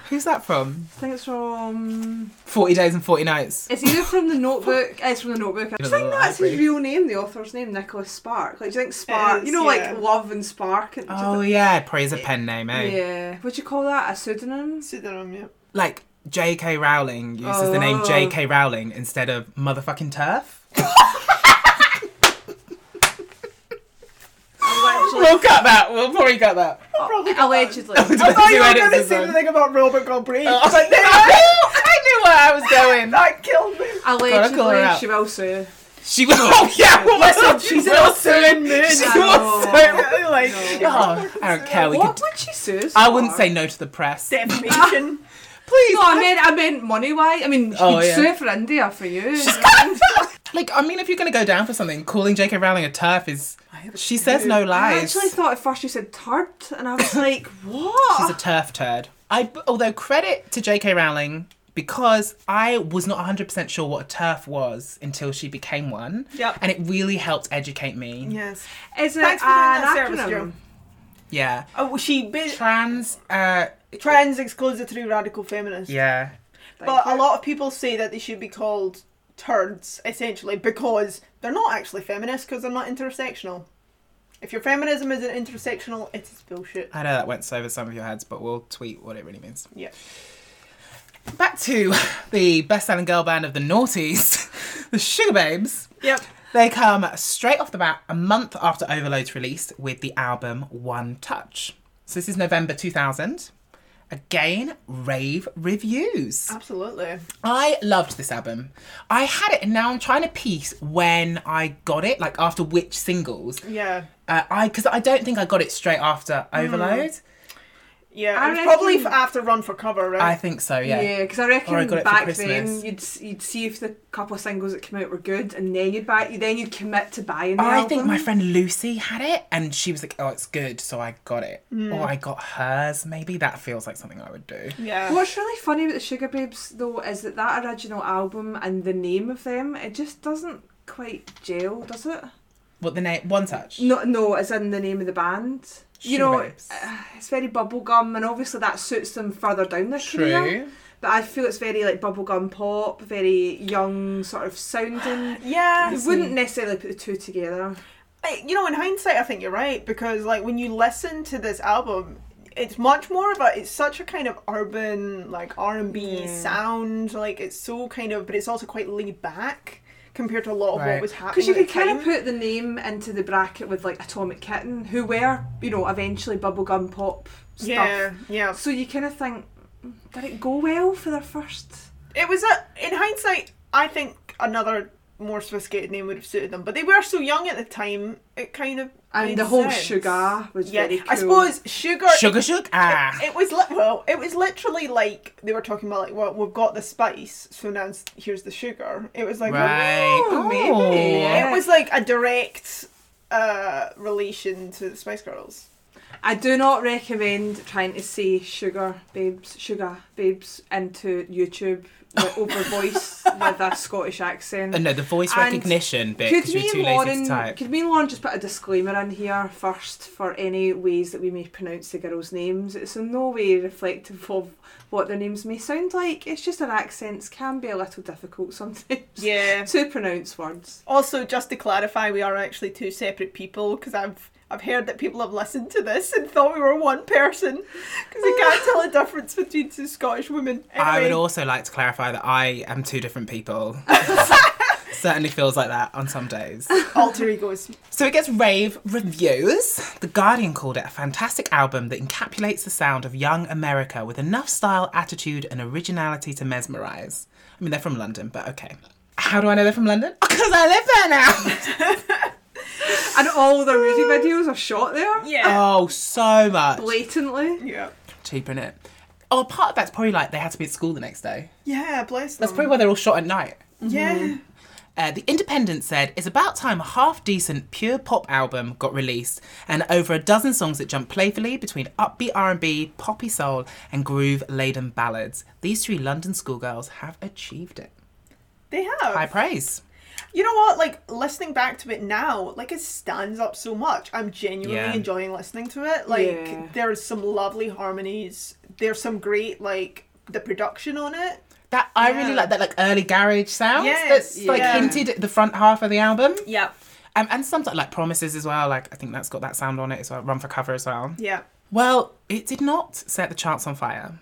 A: Who's that from?
B: I think it's from.
A: Forty Days and Forty Nights.
B: It's either from the
C: [LAUGHS]
B: Notebook. It's from the Notebook.
A: You
B: I
A: know,
B: just think
A: the
B: that's his
A: library.
B: real name, the author's name, Nicholas Spark. Like, do you think Spark?
C: is,
B: you know,
C: yeah.
B: like love and spark. And
A: Oh yeah, praise a pen name, eh?
B: yeah. Would you call that a pseudonym?
C: Pseudonym, yeah.
A: Like J.K. Rowling uses the name
B: Oh.
A: J.K. Rowling instead of motherfucking turf.
B: Allegedly.
A: We'll cut that. We'll probably cut [LAUGHS] that.
C: Oh,
A: [LAUGHS]
B: Allegedly.
C: I thought you were
A: edits
C: going to
A: is
C: say
A: on.
C: the thing about Robert Galbraith.
A: Oh,
C: I was like, oh,
A: no, I knew- I knew where I was going.
C: that
A: [LAUGHS]
C: killed me.
A: call her
B: Allegedly,
A: out.
B: she will sue.
A: She was. Oh yeah. Well,
C: Listen, she's an Australian moon.
A: [LAUGHS] She
B: I
A: was
B: know.
A: so-
C: like [LAUGHS]
A: Oh, I don't care. We
B: What
A: could.
B: would she sue? us
A: I wouldn't
B: for?
A: say no to the press.
C: defamation.
A: Please.
B: No, I meant I meant money wise. I mean, she
A: Oh,
B: could
A: yeah.
B: sue for India for you.
A: like, I mean, if you're gonna go down for something, calling J.K. Rowling a turf is. She says no
B: [LAUGHS]
A: [LAUGHS]
B: I
A: lies.
B: actually thought at first you said turd, and I
A: [LAUGHS]
B: was like,
A: She's a
B: what?
A: turf turd. I, although credit to J.K. Rowling because I was not 100% sure what a turf was until she became one.
C: Yep.
A: And it really helped educate me.
C: yes.
B: Is it an
C: Thanks for doing that
B: acronym?
C: service, Joe.
A: Yeah.
C: Oh, well, she been
A: Trans, uh,
C: trans exclusively radical feminist.
A: yeah.
C: But a lot of people say that they should be called turds, essentially, because they're not actually feminist because they're not intersectional. If your feminism isn't intersectional, it is bullshit.
A: I know that went over some of your heads, but we'll tweet what it really means.
C: Yeah.
A: Back to the best-selling girl band of the noughties, [LAUGHS] the Sugar Babes.
C: Yep.
A: They come straight off the bat a month after Overload's release with the album One Touch. So this is November 2000. Again, rave reviews.
C: Absolutely.
A: I loved this album. I had it and now I'm trying to piece when I got it, like after which singles.
C: Yeah.
A: Uh, I because I don't think I got it straight after Overload.
C: Yeah.
B: I
C: it was probably
B: reckon-
C: f- after Run for Cover, right?
A: I think so, Oh, yeah.
B: Yeah, because I
A: Or I
B: reckon
A: got it for
B: back then
A: Christmas.
B: you'd you'd see if the couple of singles that came out were good, and then you'd buy, then you'd commit to buying. The
A: Oh, I think my
B: album.
A: friend Lucy had it and she was like, Oh, it's good, so I got it.
B: Mm.
A: Or I got hers, maybe. That feels like something I would do.
C: yeah.
B: What's really funny about the Sugar Babes though is that that original album and the name of them it just doesn't quite gel, does it?
A: What the name One Touch?
B: No, no, as in the name of the band.
A: Sugar
B: you know,
A: Babes.
B: uh, it's very bubblegum, and obviously that suits them further down their career.
A: True.
B: But I feel it's very like bubblegum pop, very young sort of [SIGHS] sounding.
C: Yeah.
B: You wouldn't necessarily put the two together.
C: I- you know, in hindsight, I think you're right because, like, when you listen to this album, it's much more of a. It's such a kind of urban, like R and B sound. Like, it's so kind of, but it's also quite laid back compared to a lot of what
A: Right.
C: was happening.
B: Because you
C: at the
B: could kind
C: time.
B: of put the name into the bracket with like Atomic Kitten, who were, you know, eventually bubblegum pop stuff.
C: Yeah, yeah.
B: So you kind of think, Did it go well for their first?
C: It was a. In hindsight, I think another more sophisticated name would have suited them, but they were so young at the time. It kind of
B: And
C: made
B: the whole
C: sense.
B: sugar was
C: Yeah,
B: very cool.
C: I suppose sugar.
A: Sugar, sugar. Ah.
C: It was li- well. It was literally like they were talking about like, well, we've got the spice, so now s- here's the sugar. It was like,
A: Right.
B: Oh, maybe, yeah.
C: it was like a direct uh, relation to the Spice Girls.
B: I do not recommend trying to say sugar babes, sugar babes into YouTube
A: [LAUGHS]
B: with over voice with a Scottish accent.
A: Uh, no, the voice
B: And
A: recognition bit
B: Could
A: because
B: me
A: you're too
B: and
A: lazy
B: Lauren
A: to type.
B: could me and Lauren just put a disclaimer in here first for any ways that we may pronounce the girls' names? It's in no way reflective of what their names may sound like. It's just their accents can be a little difficult sometimes
C: Yeah.
B: [LAUGHS] to pronounce words.
C: Also, just to clarify, we are actually two separate people because I've I've heard that people have listened to this and thought we were one person because they can't tell the difference between two Scottish women.
A: I would
C: Anyway,
A: also like to clarify that I am two different
B: [LAUGHS]
A: people. Certainly feels like that on some days.
C: alter egos.
A: So it gets rave reviews. The Guardian called it a fantastic album that encapsulates the sound of young America with enough style, attitude, and originality to mesmerise. I mean, they're from London, but okay. How do I know they're from London? [LAUGHS] Because I live there now.
B: And all their music videos are shot there.
C: [LAUGHS] Yeah.
A: oh, so much
B: Blatantly.
C: yeah.
A: cheaper in it. Oh, part of that's probably like they had to be at school the next day.
C: Yeah. Bless them.
A: That's probably why they're all shot at night.
C: yeah.
A: Uh, the Independent said, It's about time a half decent pure pop album got released, and over a dozen songs that jump playfully between upbeat R&B, poppy soul, and groove-laden ballads. These three London schoolgirls have achieved it.
C: They have.
A: High praise.
C: You know what? Like listening back to it now, like it stands up so much. I'm genuinely
A: Yeah.
C: enjoying listening to it. Like
B: Yeah.
C: there's some lovely harmonies. There's some great like the production on it.
A: That I really
C: Yeah.
A: like that like early garage sound
C: Yes,
A: that's like
C: yeah.
A: hinted at the front half of the album,
C: Yeah.
A: um, and sometimes like promises as well. Like I think that's got that sound on it as well. Run for cover as well.
C: Yeah.
A: Well, it did not set the charts on fire.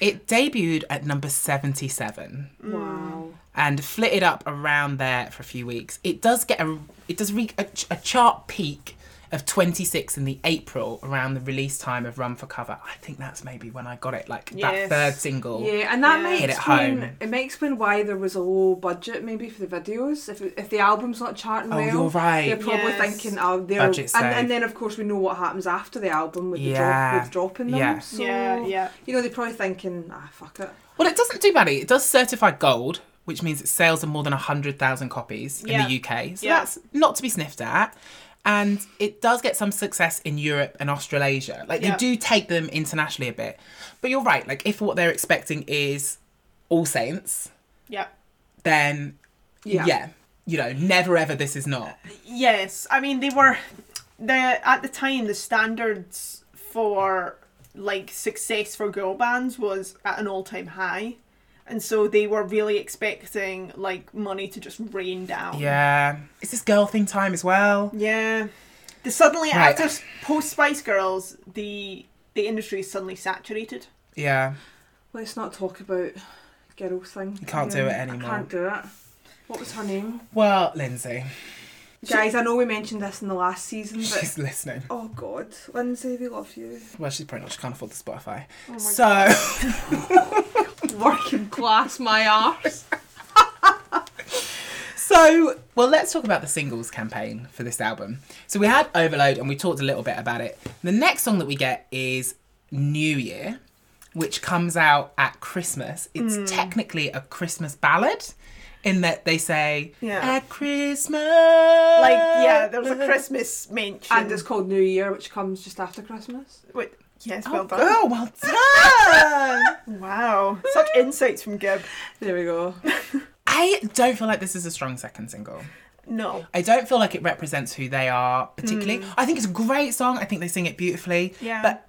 A: It debuted at number seventy-seven.
B: Wow.
A: and flitted up around there for a few weeks. It does get a it does reach a, a chart peak of 26 in the April around the release time of Run for Cover. I think that's maybe when I got it, like that
C: Yes.
A: third single.
B: Yeah, and that
C: Yeah.
B: may
A: Hit it
B: explain
A: home.
B: it may explain why there was a low budget maybe for the videos. If if the album's not charting
A: Oh,
B: well,
A: you're right.
B: They're probably
C: Yes.
B: thinking, oh, they're
A: Budget's
B: and,
A: safe.
B: and then of course we know what happens after the album with
A: Yeah.
B: the drop with dropping them.
A: Yeah.
B: So,
C: Yeah, yeah.
B: You know, they're probably thinking, ah, fuck it.
A: Well, it doesn't do badly. It does certify gold, which means it sells of more than 100,000 copies
C: Yeah.
A: in the UK. So
C: Yeah.
A: that's not to be sniffed at. And it does get some success in Europe and Australasia. Like,
C: Yeah.
A: they do take them internationally a bit. But you're right. Like, if what they're expecting is All Saints,
C: Yeah.
A: then
B: Yeah.
A: yeah. you know, never ever this is not.
C: Yes, I mean they were the at the time the standards for like success for girl bands was at an all-time high. And so they were really expecting like money to just rain down.
A: Yeah, it's this girl thing time as well.
C: Yeah. The suddenly
A: Right.
C: after post Spice Girls, the the industry is suddenly saturated.
A: Yeah,
B: Let's not talk about girl thing.
A: you can't do it anymore.
B: I can't do it. What was her name?
A: Well, Lindsay,
B: Guys, I know we mentioned this in the last season, but
A: she's listening.
B: oh god, Lindsay, we love you.
A: Well, she's probably not. She can't afford the Spotify.
C: Oh my
A: so
B: Working class, my arse.
A: [LAUGHS] So, well, let's talk about the singles campaign for this album. So, we had Overload and we talked a little bit about it. The next song that we get is New Year, which comes out at Christmas. It's
C: Hmm.
A: technically a Christmas ballad in that they say,
C: Yeah.
A: At Christmas.
C: Like yeah, there was
A: Uh-huh.
C: a Christmas mention.
B: And it's called New Year, which comes just after Christmas.
C: Wait, yes,
A: Oh,
C: well done.
A: girl, well done.
C: Wow, such insights from Gib.
B: There we go.
A: [LAUGHS] I don't feel like this is a strong second single.
C: No.
A: I don't feel like it represents who they are particularly. I think it's a great song. I think they sing it beautifully.
C: Yeah.
A: But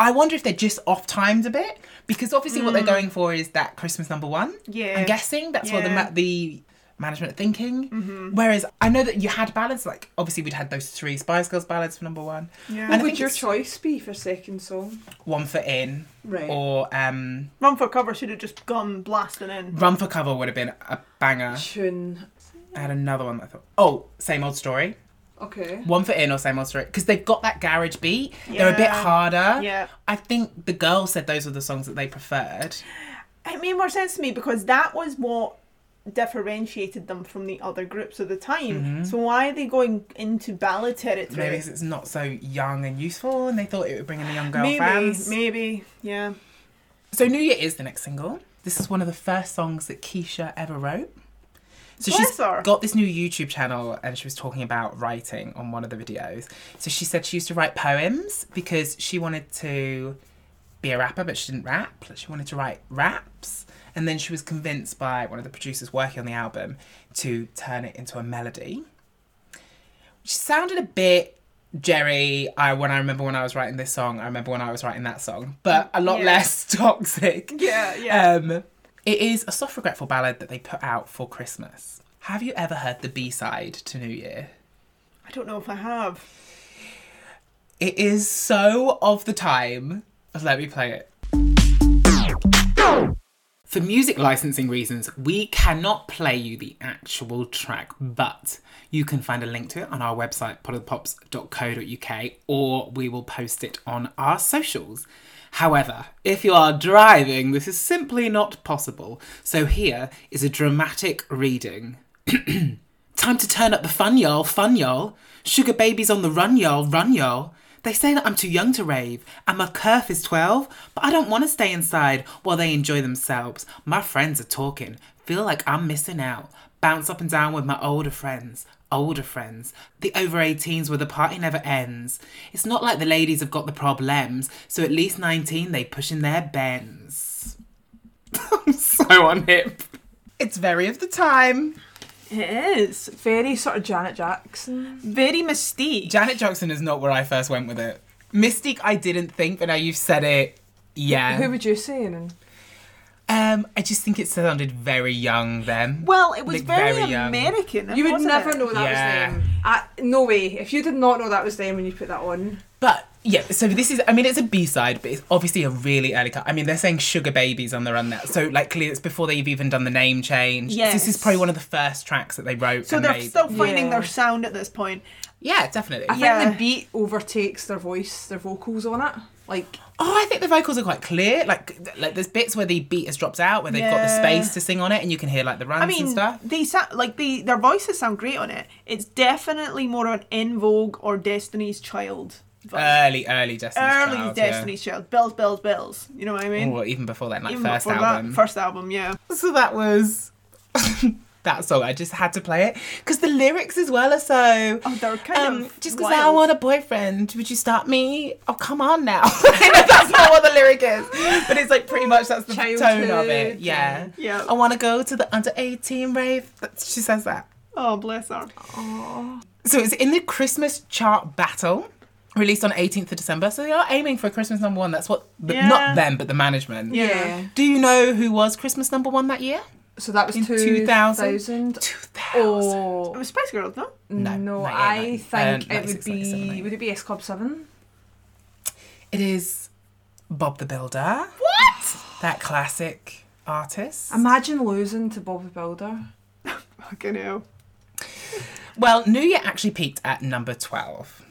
A: I wonder if they're just off timed a bit because obviously what they're going for is that Christmas number one.
C: Yeah.
A: I'm guessing that's what the
C: Yeah.
A: ma- the management are thinking. Whereas I know that you had ballads like obviously we'd had those three Spice Girls ballads for number one.
C: Yeah.
A: And I
B: What would
A: think
B: your
A: it's-
B: choice be for second song?
A: One Foot In
B: Right.
A: or um,
C: Run for cover should have just gone blasting in.
A: Run for Cover would have been a banger.
B: Tune.
A: I had another one that I thought, oh, same old story.
B: Okay.
A: One for in or same old story because they've got that garage beat. They're a bit
C: Yeah.
A: harder.
C: Yeah.
A: I think the girl said those were the songs that they preferred.
C: It made more sense to me because that was what differentiated them from the other groups of the time. So why are they going into ballad territory?
A: Mm-hmm. Maybe because it's not so young and useful, and they thought it would bring in the young girl
C: maybe,
A: fans.
C: maybe, yeah.
A: So New Year is the next single. This is one of the first songs that Keisha ever wrote. So she's
C: Bless her.
A: got this new YouTube channel and she was talking about writing on one of the videos. So she said she used to write poems because she wanted to be a rapper but she didn't rap. She wanted to write raps and then she was convinced by one of the producers working on the album to turn it into a melody. She sounded a bit Jerry, I when I remember when I was writing this song, I remember when I was writing that song, but a lot
C: Yeah.
A: less [LAUGHS] toxic.
C: Yeah,
A: Um, it is a soft, regretful ballad that they put out for Christmas. Have you ever heard the B side to New Year?
C: I don't know if I have.
A: It is so of the time. Let me play it. For music licensing reasons, we cannot play you the actual track, but you can find a link to it on our website, podofthepops.co.uk, or we will post it on our socials. However, if you are driving, this is simply not possible. So here is a dramatic reading. Time to turn up the fun, y'all, fun, y'all. Sugar babies on the run, y'all, run, y'all. They say that I'm too young to rave, and my curf is 12, but I don't want to stay inside while they enjoy themselves. My friends are talking, feel like I'm missing out. Bounce up and down with my older friends, older friends. The over 18s where the party never ends. It's not like the ladies have got the problems, so at least 19 they pushing their bends. [LAUGHS] I'm so unhip. It's very of the time.
C: It is.
B: Very sort of Janet Jackson.
C: Very mystique.
A: Janet Jackson is not where I first went with it. Mystique, I didn't think, but now you've said it. Yeah.
B: Who would you say? And
A: um, I just think it sounded very young then.
C: well, it was
A: Like,
C: very,
A: very young.
C: American.
B: you would
C: wasn't
B: never
C: it?
B: know that
A: Yeah.
B: was them. I, no way. If you did not know that was them when you put that on,
A: But yeah, so this is, I mean, it's a B side, but it's obviously a really early cut. I mean, they're saying Sugar Babies on the run now. So, like, clearly it's before they've even done the name change. So This is
C: Yes.
A: probably one of the first tracks that they wrote.
C: So
A: and
C: they're
A: made.
C: still finding
B: Yeah.
C: their sound at this point.
A: Yeah, definitely.
B: I
C: Yeah.
B: think the beat overtakes their voice, their vocals on it. Like
A: Oh, I think the vocals are quite clear. Like, like there's bits where the beat has dropped out, where they've got the
C: Yeah.
A: space to sing on it, and you can hear, like, the runs
C: I mean,
A: and stuff.
C: they sound like they their voices sound great on it. It's definitely more of an In Vogue or Destiny's Child. vibe.
A: Early, early Uh, Destiny's
C: Early
A: Child, yeah.
C: Destiny's Child, bills, bills, bills. You know what I mean?
A: Well, even before that, like
C: Even
A: first
C: before
A: album.
C: That, first album, yeah.
A: So that was [LAUGHS] that song. I just had to play it because the lyrics as well are so. um,
C: Oh, they're kind of
A: just because
C: wild.
A: I want a boyfriend, would you stop me? Oh, come on now. [LAUGHS] that's not what the lyric is, but it's like pretty much that's the tone of it.
B: Childhood,
A: Yeah.
C: yeah. Yeah.
A: I want to go to the under eighteen rave. That- She says that.
C: Oh, bless her.
A: So it's in the Christmas chart battle. Released on 18th of December, so they are aiming for Christmas number one. That's what, the,
C: Yeah.
A: not them, but the management.
C: Yeah.
A: Do you know who was Christmas number one that year?
B: So that was
A: In 2000.
B: 2000.
A: 2000.
C: It
B: Oh
C: was Spice Girls, no?
A: No,
B: no,
A: not yet,
B: I
A: no. Uh,
B: think
A: 96,
B: it would
A: 97,
B: be
A: eight.
B: would it be S Club Seven?
A: It is Bob the Builder,
C: What? Um,
A: that classic artist.
B: Imagine losing to Bob the Builder.
C: Fucking hell.
A: well, New Year actually peaked at number 12.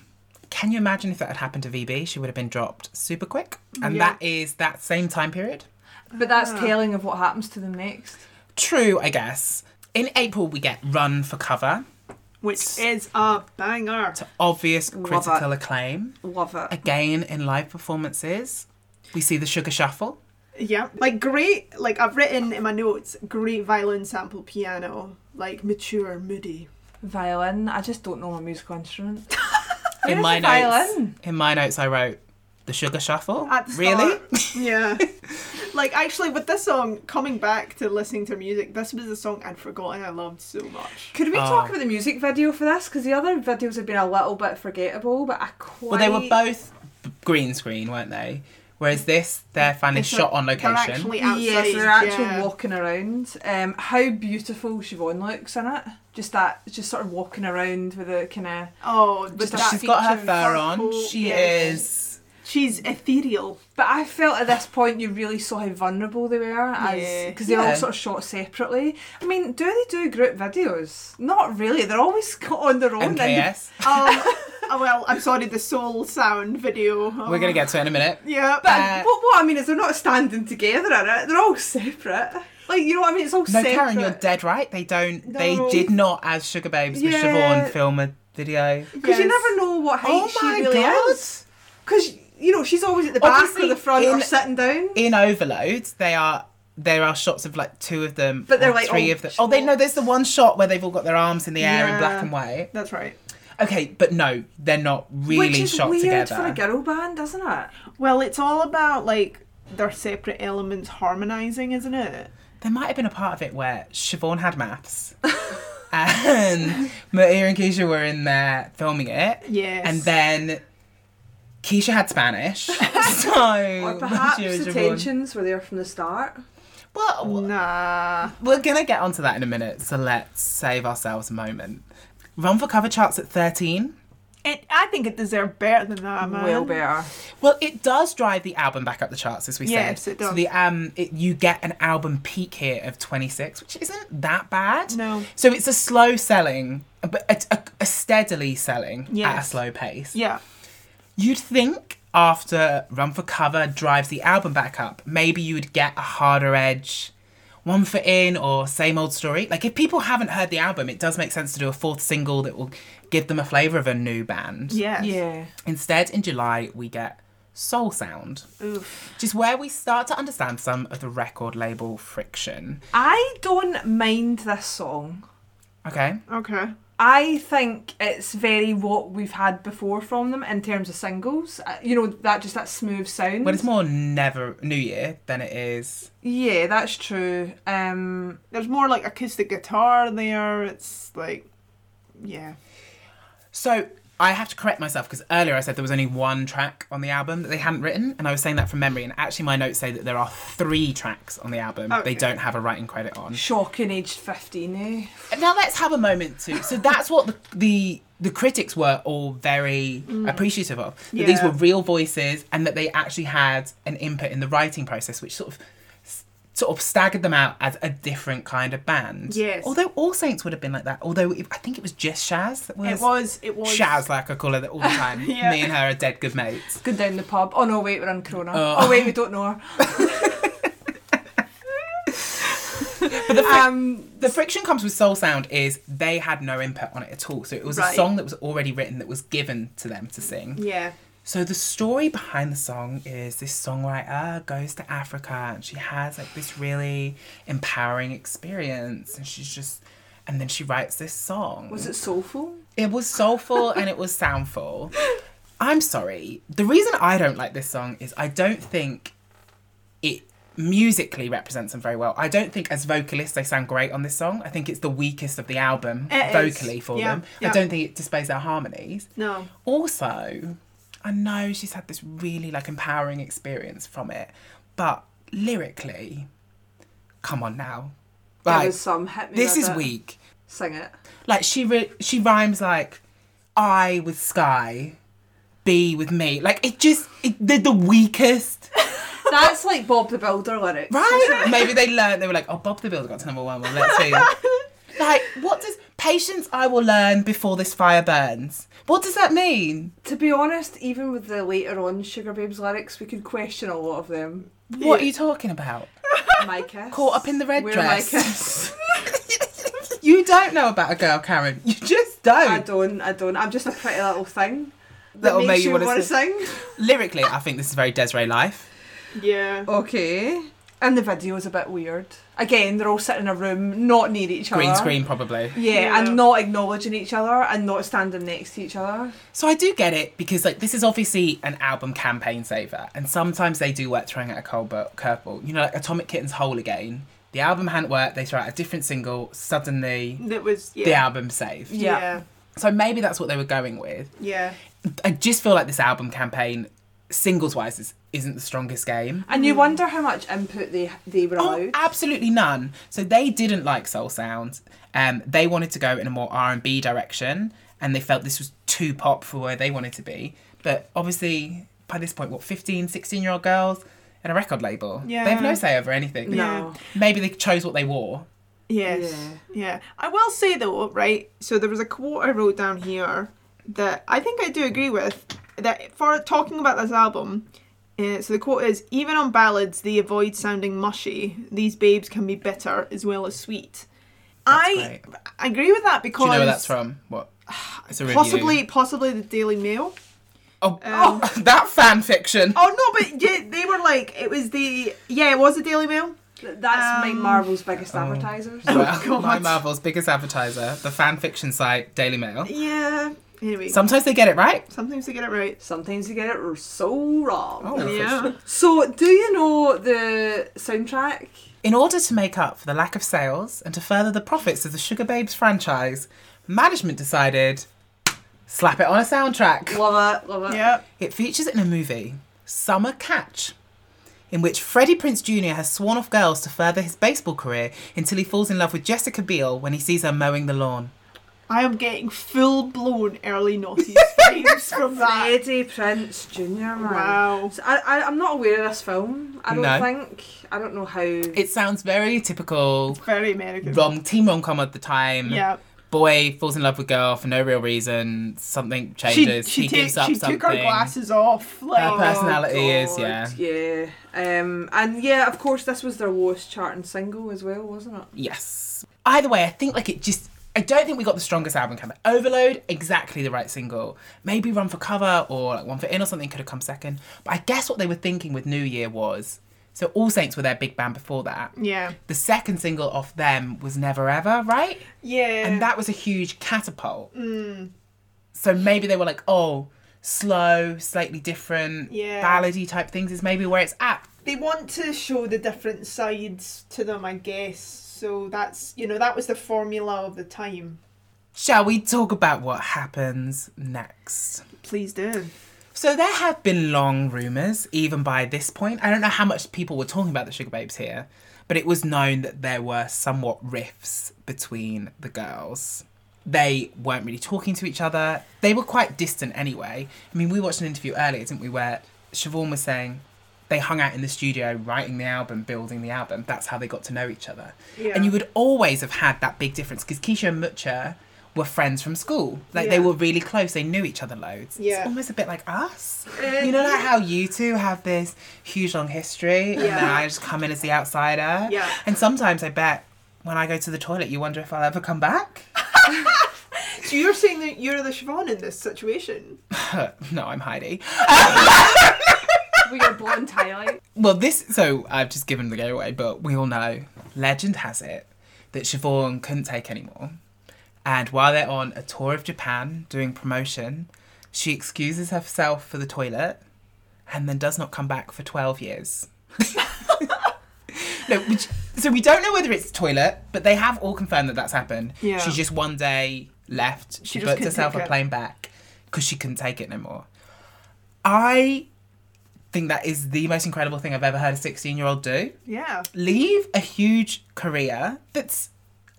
A: Can you imagine if that had happened to VB? She would have been dropped super quick. And
C: Yeah.
A: that is that same time period.
B: But that's telling of what happens to them next.
A: True, I guess. In April, we get Run for Cover
C: Which is a banger.
A: to obvious
B: Love
A: critical
B: it.
A: acclaim.
B: Love it.
A: Again, in live performances, we see the Sugar Shuffle.
C: Yeah. Like, great, like, I've written in my notes, great violin sample piano. Like, mature, moody.
B: Violin. I just don't know my musical instrument.
A: in
B: Where's
A: my
B: the
A: notes,
B: violin?
A: in my notes, I wrote the Sugar Shuffle.
C: At the
A: really? [LAUGHS]
C: start. yeah. Like, actually, with this song, coming back to listening to her music, this was a song I'd forgotten I loved so much.
B: Could we
A: Oh.
B: talk about the music video for this? Because the other videos have been a little bit forgettable, but I quite.
A: Well, they were both b- green screen, weren't they? Whereas this, they're finally
C: It's
A: shot on
C: like-
A: location.
C: They're actually outside.
B: Yes, they're actually
C: yeah.
B: walking around. Um, how beautiful Siobhan looks in it. Just that, just sort of walking around with a kind of
C: Oh,
B: But
C: just
B: she's
C: that
A: She's got her
C: feature.
A: fur on.
C: Cool.
A: She
C: Yeah.
A: is. [LAUGHS]
C: She's ethereal.
B: But I felt at this point you really saw how vulnerable they were, as
C: Yeah.
B: because they're
A: Yeah.
B: all sort of shot separately. I mean, do they do group videos? Not really. They're always [LAUGHS] co- on their own. Oh, And
A: MKS.
C: Um, oh, well, I'm sorry, the soul sound video. Oh.
A: We're gonna get to it in a minute.
C: Yeah,
B: but
A: Uh,
B: what, what I mean is they're not standing together in it. They're all separate. Like you know what I mean? It's all
A: No,
B: separate.
A: Karen, you're dead right. They don't. They
B: No.
A: did not, as Sugar Babes with
B: Yeah.
A: Siobhan, film a video.
B: Because you
C: Yes.
B: never know what height
A: Oh
B: she
A: my
B: really
A: God.
B: is. Because you know she's always at the back
A: Obviously,
B: or the front or
A: in-
B: sitting down.
A: In Overload, they are. There are shots of like two of them,
B: But they're,
A: or
B: like,
A: three
B: all
A: of them. Oh, they no. There's the one shot where they've all got their arms in the air in black
C: Yeah.
A: and white.
C: That's right.
A: Okay, but no, they're not really
B: Which is
A: shot
B: weird
A: together.
B: for a girl band, isn't it?
C: Well, it's all about like their separate elements harmonizing, isn't it?
A: There might have been a part of it where Siobhan had maths. [LAUGHS] and Maria and Keisha were in there filming it.
C: Yes.
A: And then Keisha had Spanish. [LAUGHS] so
B: Or perhaps
A: she was
B: the
A: Siobhan.
B: tensions were there from the start.
A: Well,
C: Nah.
A: we're gonna get onto that in a minute, so let's save ourselves a moment. Run for cover charts at 13.
C: It, I think it deserved better than that, man.
B: Well better.
A: Well, it does drive the album back up the charts, as we
C: Yes,
A: said.
C: it does.
A: So the um, it, you get an album peak here of 26, which isn't that bad.
C: No.
A: So it's a slow selling, but a, a, a steadily selling at a
C: Yes.
A: slow pace.
C: Yeah.
A: You'd think after Run for Cover drives the album back up, maybe you would get a harder edge. One for In or Same Old Story. Like, if people haven't heard the album, it does make sense to do a fourth single that will give them a flavour of a new band.
C: Yes.
B: Yeah.
A: Instead, in July, we get Soul Sound,
C: Oof.
A: which is where we start to understand some of the record label friction.
B: I don't mind this song.
A: Okay.
C: Okay.
B: I think it's very what we've had before from them in terms of singles. Uh, You know that just that smooth sound.
A: Well, it's more never New Year than it is.
B: yeah, that's true. Um,
C: There's more like acoustic guitar there. It's like, yeah.
A: So I have to correct myself because earlier I said there was only one track on the album that they hadn't written, and I was saying that from memory. And actually, my notes say that there are three tracks on the album
C: Okay.
A: they don't have a writing credit on.
B: shocking aged fifteen. Eh?
A: Now let's have a moment to. So that's what the the, the critics were all very appreciative of. That these
C: Mm. Yeah.
A: were real voices, and that they actually had an input in the writing process, which sort of s- sort of staggered them out as a different kind of band.
C: Yes.
A: Although All Saints would have been like that. Although it, I think it was just Shaz that
C: It was. It was.
A: Shaz, like I call her
C: [LAUGHS]
A: all the time.
C: Yeah.
A: Me and her are dead good mates.
B: Go down the pub. Oh no, wait, we're in Corona.
A: Oh.
B: Oh, wait, we don't know her. um,
A: The friction comes with Soul Sound is they had no input on it at all. So it was a
C: Right.
A: song that was already written that was given to them to sing.
C: Yeah.
A: So the story behind the song is this songwriter goes to Africa and she has like this really empowering experience and she's just and then she writes this song.
B: was it soulful?
A: It was soulful and it was soundful. I'm sorry. The reason I don't like this song is I don't think it musically represents them very well. I don't think as vocalists they sound great on this song. I think it's the weakest of the album
C: It is.
A: vocally for
C: Yeah,
A: them. I
C: yeah.
A: don't think it displays their harmonies.
C: No.
A: Also, I know she's had this really like empowering experience from it, but lyrically, come on now.
B: there
A: Like
B: was some hit me
A: this
B: with
A: is
B: it.
A: weak.
B: Sing it.
A: Like she re- she rhymes like I with sky, B with me. Like it just it, they're the weakest,
B: That's like Bob the Builder lyrics.
A: right? Maybe they learned they were like, oh Bob the Builder got to number one. Well, let's see. like what does patience I will learn before this fire burns? What does that mean?
B: To be honest, even with the later on Sugar Babes lyrics, we could question a lot of
A: [LAUGHS]
B: them.
A: What are you talking about?
B: My kiss.
A: Caught up in the red
B: Where
A: dress.
B: My kiss.
A: [LAUGHS] You don't know about a girl, Karen. You just don't.
B: I don't. I don't. I'm just a pretty little thing.
A: That'll
B: that makes
A: make you wanna
B: wanna sing.
A: Lyrically, I think this is very Desiree Life.
C: Yeah.
B: Okay. And the video's a bit weird. Again, they're all sitting in a room, not near each other.
A: Green screen, probably.
B: Yeah,
C: Yeah.
B: and not acknowledging each other and not standing next to each other.
A: So I do get it because like this is obviously an album campaign saver, and sometimes they do work throwing out a cold bu- curveball. You know, like Atomic Kitten's Whole Again. The album hadn't worked. They throw out a different single. Suddenly,
C: That was. Yeah.
A: the album saved.
B: Yeah.
C: Yeah.
A: So maybe that's what they were going with.
C: Yeah.
A: I just feel like this album campaign, singles wise, is, isn't the strongest game.
B: And
C: Hmm.
B: you wonder how much input they they were
A: Oh,
B: allowed.
A: absolutely none. So they didn't like soul sound. Um, they wanted to go in a more R and B direction, and they felt this was too pop for where they wanted to be. But obviously, by this point, what, 15, 16 year old girls in a record label? They have
C: Yeah.
A: no say over anything. They-
B: No.
A: Maybe they chose what they wore.
C: Yes.
B: Yeah.
C: Yeah. I will say though, right? So there was a quote I wrote down here that I think I do agree with. That for talking about this album, uh, so the quote is: "Even on ballads, they avoid sounding mushy. These babes can be bitter as well as sweet." I
A: great.
C: I agree with that because
A: Do you know where that's from?
C: [SIGHS]
A: What? It's a review.
C: possibly possibly the Daily Mail.
A: Oh, oh, [LAUGHS] that fan fiction.
C: Oh no, but yeah, they were like it was the yeah it was the Daily Mail.
B: Th- That's Mike
C: Um,
B: Marvel's
A: Oh.
B: biggest advertisers.
A: well,
C: Oh, God.
A: my Marvel's biggest advertiser, the fan fiction site Daily Mail.
C: Yeah. Anyway,
A: Sometimes they get it right.
C: sometimes they get it right.
B: Sometimes you get it r- so wrong.
A: Oh.
C: Yeah.
B: So, do you know the soundtrack?
A: In order to make up for the lack of sales and to further the profits of the Sugar Babes franchise, management decided slap it on a soundtrack.
B: Love it, love it.
C: Yep.
A: It features in a movie, Summer Catch, in which Freddie Prince Jr. has sworn off girls to further his baseball career until he falls in love with Jessica Biel when he sees her mowing the lawn.
C: I am getting full blown early noughties [LAUGHS] vibes from that.
B: Freddie Prince Jr. Man.
C: Wow.
B: So I, I, I'm not aware of this film. I don't
A: No.
B: think. I don't know how.
A: It sounds very typical
C: Very American.
A: rom teen rom com at the time.
C: Yeah.
A: Boy falls in love with girl for no real reason. Something changes. he
C: ta-
A: gives up
C: she
A: something.
C: took her glasses off. Like, oh,
A: Her personality is
B: God,
A: yeah.
B: Yeah. Um, and yeah, of course, this was their worst charting single as well, wasn't it?
A: Yes. Either way, I think like it just. I don't think we got the strongest album cover. Overload, exactly the right single. Maybe Run for Cover or like One for In or something could have come second. But I guess what they were thinking with New Year was so All Saints were their big band before that.
C: Yeah.
A: The second single off them was Never Ever, right?
C: Yeah. Mm.
A: And that was a huge catapult. So maybe they were like, oh, slow, slightly different,
C: Yeah.
A: ballady type things is maybe where it's at.
C: they want to show the different sides to them, I guess. So that's you know that was the formula of the time.
A: Shall we talk about what happens next?
C: Please do.
A: So there have been long rumours, even by this point. I don't know how much people were talking about the Sugar Babes here, but it was known that there were somewhat rifts between the girls. They weren't really talking to each other. They were quite distant anyway. I mean, we watched an interview earlier, didn't we, where Siobhan was saying they hung out in the studio writing the album, building the album. That's how they got to know each other.
C: Yeah.
A: And you would always have had that big difference because Keisha and Mucha were friends from school. Like they
C: Yeah.
A: were really close. They knew each other loads.
C: Yeah. Uh,
A: It's almost a bit like us. You know like how you two have this huge long history and then
C: Yeah.
A: I just come in as the outsider.
C: Yeah.
A: And sometimes I bet when I go to the toilet you wonder if I'll ever come back. [LAUGHS]
C: So you're saying that you're the Siobhan in this situation?
A: no, I'm Heidi.
B: [LAUGHS] With your blonde highlight.
A: Well, this, so I've just given the go away, but we all know, legend has it that Siobhan couldn't take anymore. And while they're on a tour of Japan doing promotion, she excuses herself for the toilet and then does not come back for 12 years. [LAUGHS] no, which, so we don't know whether it's the toilet, but they have all confirmed that that's happened.
C: Yeah.
A: She just one day left, she,
C: She just
A: booked
C: couldn't
A: herself
C: take
A: a
C: it.
A: plane back because she couldn't take it no more. I think that is the most incredible thing I've ever heard a 16 year old do.
C: Yeah.
A: Leave a huge career that's,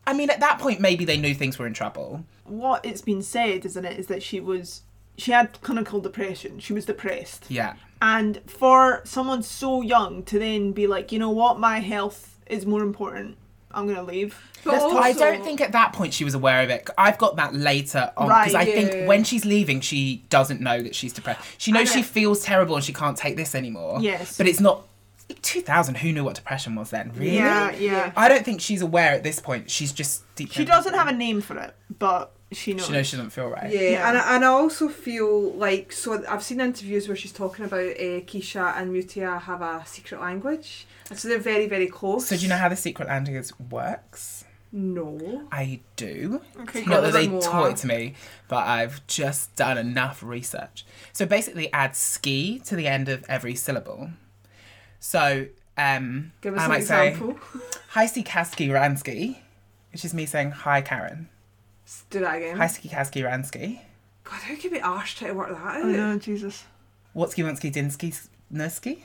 A: I mean, at that point, maybe they knew things were in trouble.
C: What it's been said, isn't it, is that she was she had clinical depression. She was depressed.
A: Yeah.
C: And for someone so young to then be like, you know what, my health is more important. I'm gonna leave.
B: [LAUGHS] But
C: That's
B: also-
A: I
C: toxic.
A: don't think at that point she was aware of it. I've got that later on
C: Right,
A: because I think
B: yeah.
A: when she's leaving, she doesn't know that she's depressed. She knows
B: And
A: she
B: it-
A: feels terrible and she can't take this anymore.
C: Yes.
A: But it's not 2000. Who knew what depression was then? Really?
C: Yeah, yeah.
A: I don't think she's aware at this point. She's just deep.
C: She doesn't have a name for it, but she knows.
A: She knows she doesn't feel right.
B: Yeah,
C: Yeah.
B: And, I, and I also feel like so I've seen interviews where she's talking about uh, Keisha and Mutia have a secret language, and so they're very very close.
A: So do you know how the secret landing works?
B: No.
A: I do.
C: Okay,
A: Not that
B: go
A: they
B: on.
A: taught it to me, but I've just done enough research. So basically, add ski to the end of every syllable. So um,
B: Give us
A: I
B: an
A: might
B: example. [LAUGHS]
A: say, "Hi, ski, kaski, ranski," which is me saying "Hi, Karen."
B: Let's Do that again.
A: "Hi, ski, kaski, ranski."
B: God, how can be arsed trying to work that out?
C: Oh no, Jesus.
A: Whatski, wonski, dinski, nurski.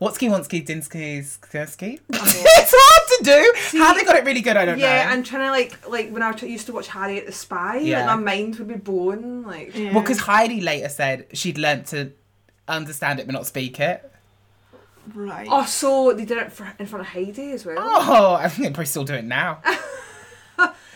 A: Whatski, wonski, dinski,
B: [LAUGHS]
A: skurski. it's hard to do. How they got it really good, I don't know.
B: yeah, and trying to like like when I t- used to watch Harriet the Spy,
A: Yeah.
B: like my mind would be blown. Like
C: Yeah.
A: Well, because Heidi later said she'd learnt to understand it but not speak it.
C: Right.
B: Oh, so they did it for, in front of Heidi as well.
A: Oh, I think they probably still do it
B: [LAUGHS]
A: now.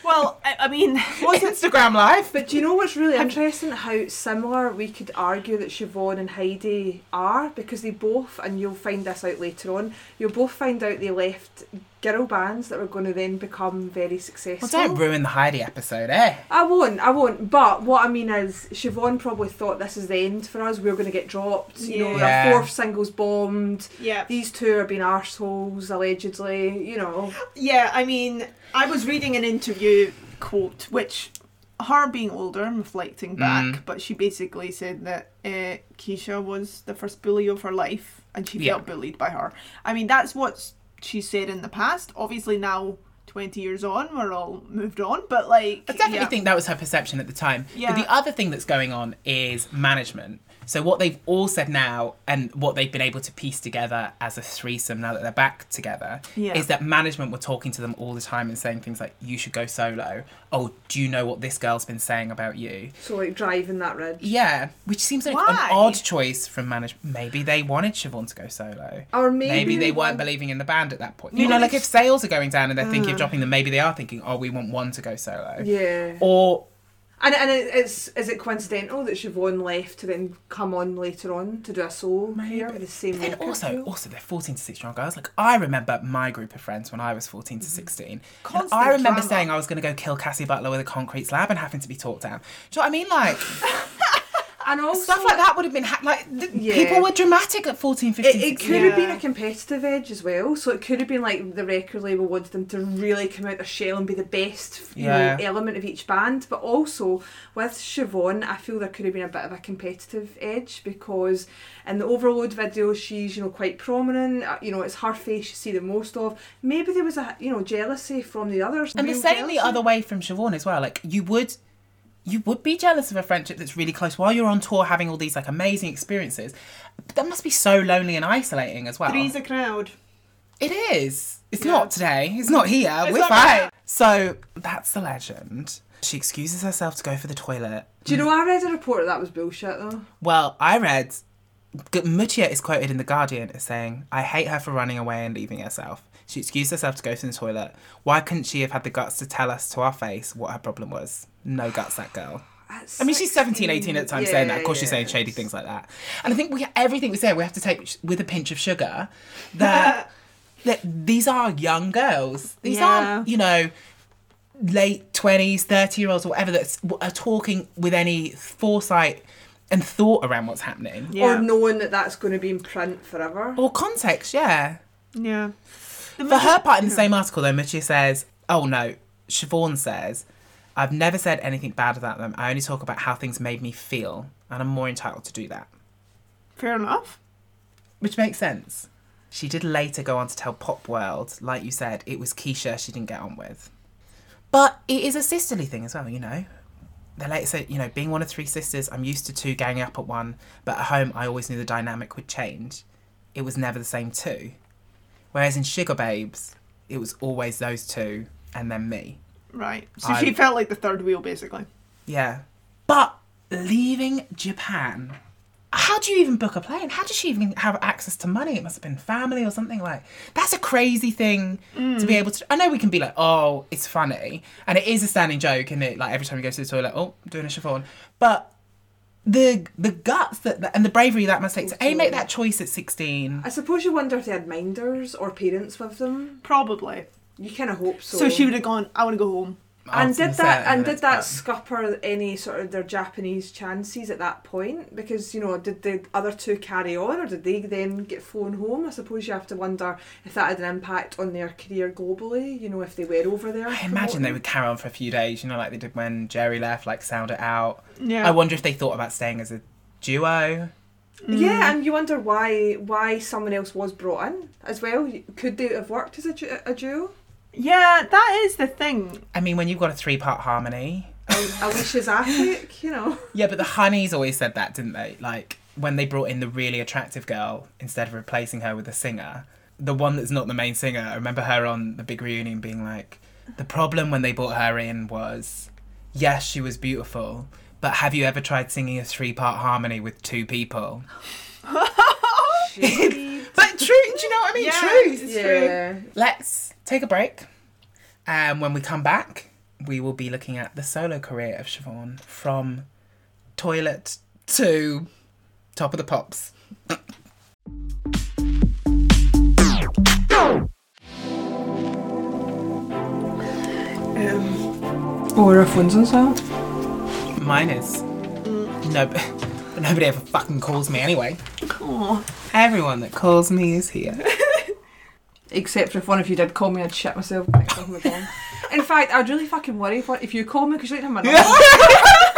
C: Well, I, I mean, [LAUGHS]
A: What's Instagram Live?
B: But do you know what's really interesting? How similar we could argue that Siobhan and Heidi are because they both, and you'll find this out later on, you'll both find out they left girl bands that were going to then become very
A: Well,
B: successful.
A: don't ruin the Heidi episode, eh?
B: I won't, I won't. But what I mean is, Siobhan probably thought this is the end for us. We're going to get dropped. You know,
A: Yeah.
B: our fourth single's bombed.
C: yeah.
B: These two are being arseholes, allegedly. You know,
C: Yeah, I mean, I was reading an interview quote, which her being older, I'm reflecting back, but she basically said that uh, Keisha was the first bully of her life and she
A: Yeah.
C: felt bullied by her. I mean, that's what she said in the past. Obviously, now, 20 years on, we're all moved on, but like.
A: I definitely
C: yeah.
A: think that was her perception at the time.
C: Yeah.
A: But the other thing that's going on is management. So what they've all said now, and what they've been able to piece together as a threesome now that they're back together,
C: Yeah.
A: is that management were talking to them all the time and saying things like, "You should go solo." Oh, do you know what this girl's been saying about you?
B: so like driving that ridge.
A: Yeah, which seems like
C: Why?
A: an odd choice from management. Maybe they wanted Siobhan to go solo.
B: Or
A: Maybe,
B: maybe,
A: they weren't believing in the band at that point. You
C: Maybe
A: know, like
C: they- Mm.
A: if sales are going down and they're thinking of dropping them, maybe they are thinking, "Oh, we want one to go solo."
B: Yeah.
A: Or
B: And, and it- it's is it coincidental that Siobhan left to then come on later on to do a solo here with the same
A: And
B: record
A: also, oh,
B: deal?
A: also they're 14 to 16 year old girls. Like, I remember my group of friends when I was 14 to
B: Mm-hmm.
A: 16. And
C: Constant
A: I remember
C: drama.
A: saying I was going to go kill Cassie Butler with a concrete slab and having to be talked down. Do you know what I mean? Like,
B: and also
A: stuff like that would have been, ha- like, th-
B: Yeah.
A: people were dramatic at 14, 15,
B: It, it
A: 16.
B: could have been
C: Yeah.
B: a competitive edge as well, so it could have been like the record label wanted them to really come out their shell and be the best you
A: Yeah.
B: know, element of each band. But also with Siobhan, I feel there could have been a bit of a competitive edge because in the Overload video, she's you know quite prominent. uh, You know, it's her face you see the most of. Maybe there was a you know jealousy from the others.
A: And the
B: real
A: same the
B: jealousy.
A: other way from Siobhan as well. Like, you would. You would be jealous of a friendship that's really close while you're on tour having all these like amazing experiences. But that must be so lonely and isolating as well.
C: Three's a crowd.
A: It is. It's not today.
C: [LAUGHS]
A: It's not here. We're
C: not
A: fine.
C: here.
A: So that's the legend. She excuses herself to go for the toilet.
B: Do you know I read a report that that was bullshit though?
A: Well, I read G- Mutia is quoted in The Guardian as saying, I hate her for running away and leaving herself. She excused herself to go to the toilet. Why couldn't she have had the guts to tell us to our face what her problem was? No guts, that girl.
B: That's
A: I mean, she's 17, 18 at the time saying that. Of course, she's saying shady things like that. And I think we everything we say, we have to take with a pinch of sugar that, that these are young girls. These
C: Yeah.
A: aren't, you know, late 20s, 30 year olds, whatever, that are talking with any foresight and thought around what's happening.
B: Or knowing that that's going to be in print forever.
A: Or context, yeah.
C: Yeah.
A: For
C: The
A: her
C: matter-
A: part in the same article, though, Mitchie says, oh no, Siobhan says, I've never said anything bad about them. I only talk about how things made me feel, and I'm more entitled to do that.
C: Fair enough.
A: Which makes sense. She did later go on to tell Pop World, like you said, it was Keisha she didn't get on with. But it is a sisterly thing as well, you know. They later said, you know, being one of three sisters, I'm used to two ganging up at one, but at home I always knew the dynamic would change. It was never the same two. Whereas in Sugar Babes, it was always those two and then me.
C: Right. So
A: I-
C: she felt like the third wheel, basically.
A: Yeah. But leaving Japan, how do you even book a plane? How does she even have access to money? It must have been family or something like. That's a crazy thing to
B: Mm.
A: be able to. I know we can be like, oh, it's funny, and it is a standing joke, isn't it? Like every time you go to the toilet, oh, doing a chiffon. But the the guts that, that- and the bravery that must take to a make that choice at sixteen.
B: I suppose you wonder if they had minders or parents with them.
C: Probably.
B: You kind of hope so.
C: So she would have gone, I want to go home.
A: I
B: and
A: was gonna
B: did
A: say
B: that
A: in a
B: and
A: minute,
B: did that
A: but-
B: scupper any sort of their Japanese chances at that point? Because you know, did the other two carry on, or did they then get flown home? I suppose you have to wonder if that had an impact on their career globally. You know, if they were over there.
A: I imagine they
B: promoting.
A: would carry on for a few days, you know, like they did when Jerry left, like sound it out.
C: Yeah.
A: I wonder if they thought about staying as a duo.
B: Yeah, and you wonder why why someone else was brought in as well. Could they have worked as a, du- a duo?
C: Yeah, that is the thing.
A: I mean, when you've got a three part harmony.
B: Alicia's [LAUGHS] attic, you know.
A: Yeah, but the Honeys always said that, didn't they? Like, when they brought in the really attractive girl instead of replacing her with a singer, the one that's not the main singer, I remember her on the big reunion being like, the problem when they brought her in was, yes, she was beautiful, But have you ever tried singing a three part harmony with two
C: [LAUGHS]
A: people?
B: Indeed.
A: [LAUGHS] But true, do you know what I mean?
C: Yeah,
A: Truth.
C: it's true.
B: yeah.
A: Let's take a break. And when we come back, we will be looking at the solo career of Siobhan from toilet to top of the pops.
B: Oh, our phone's on silent.
A: Mine is. No, [LAUGHS] nobody ever fucking calls me anyway.
C: Aw.
A: Everyone that calls me is here.
B: Except for if one of you did call me, I'd shit [LAUGHS] myself. when I called my mum. In fact, I'd really fucking worry if, one- if you call me because you don't have my number.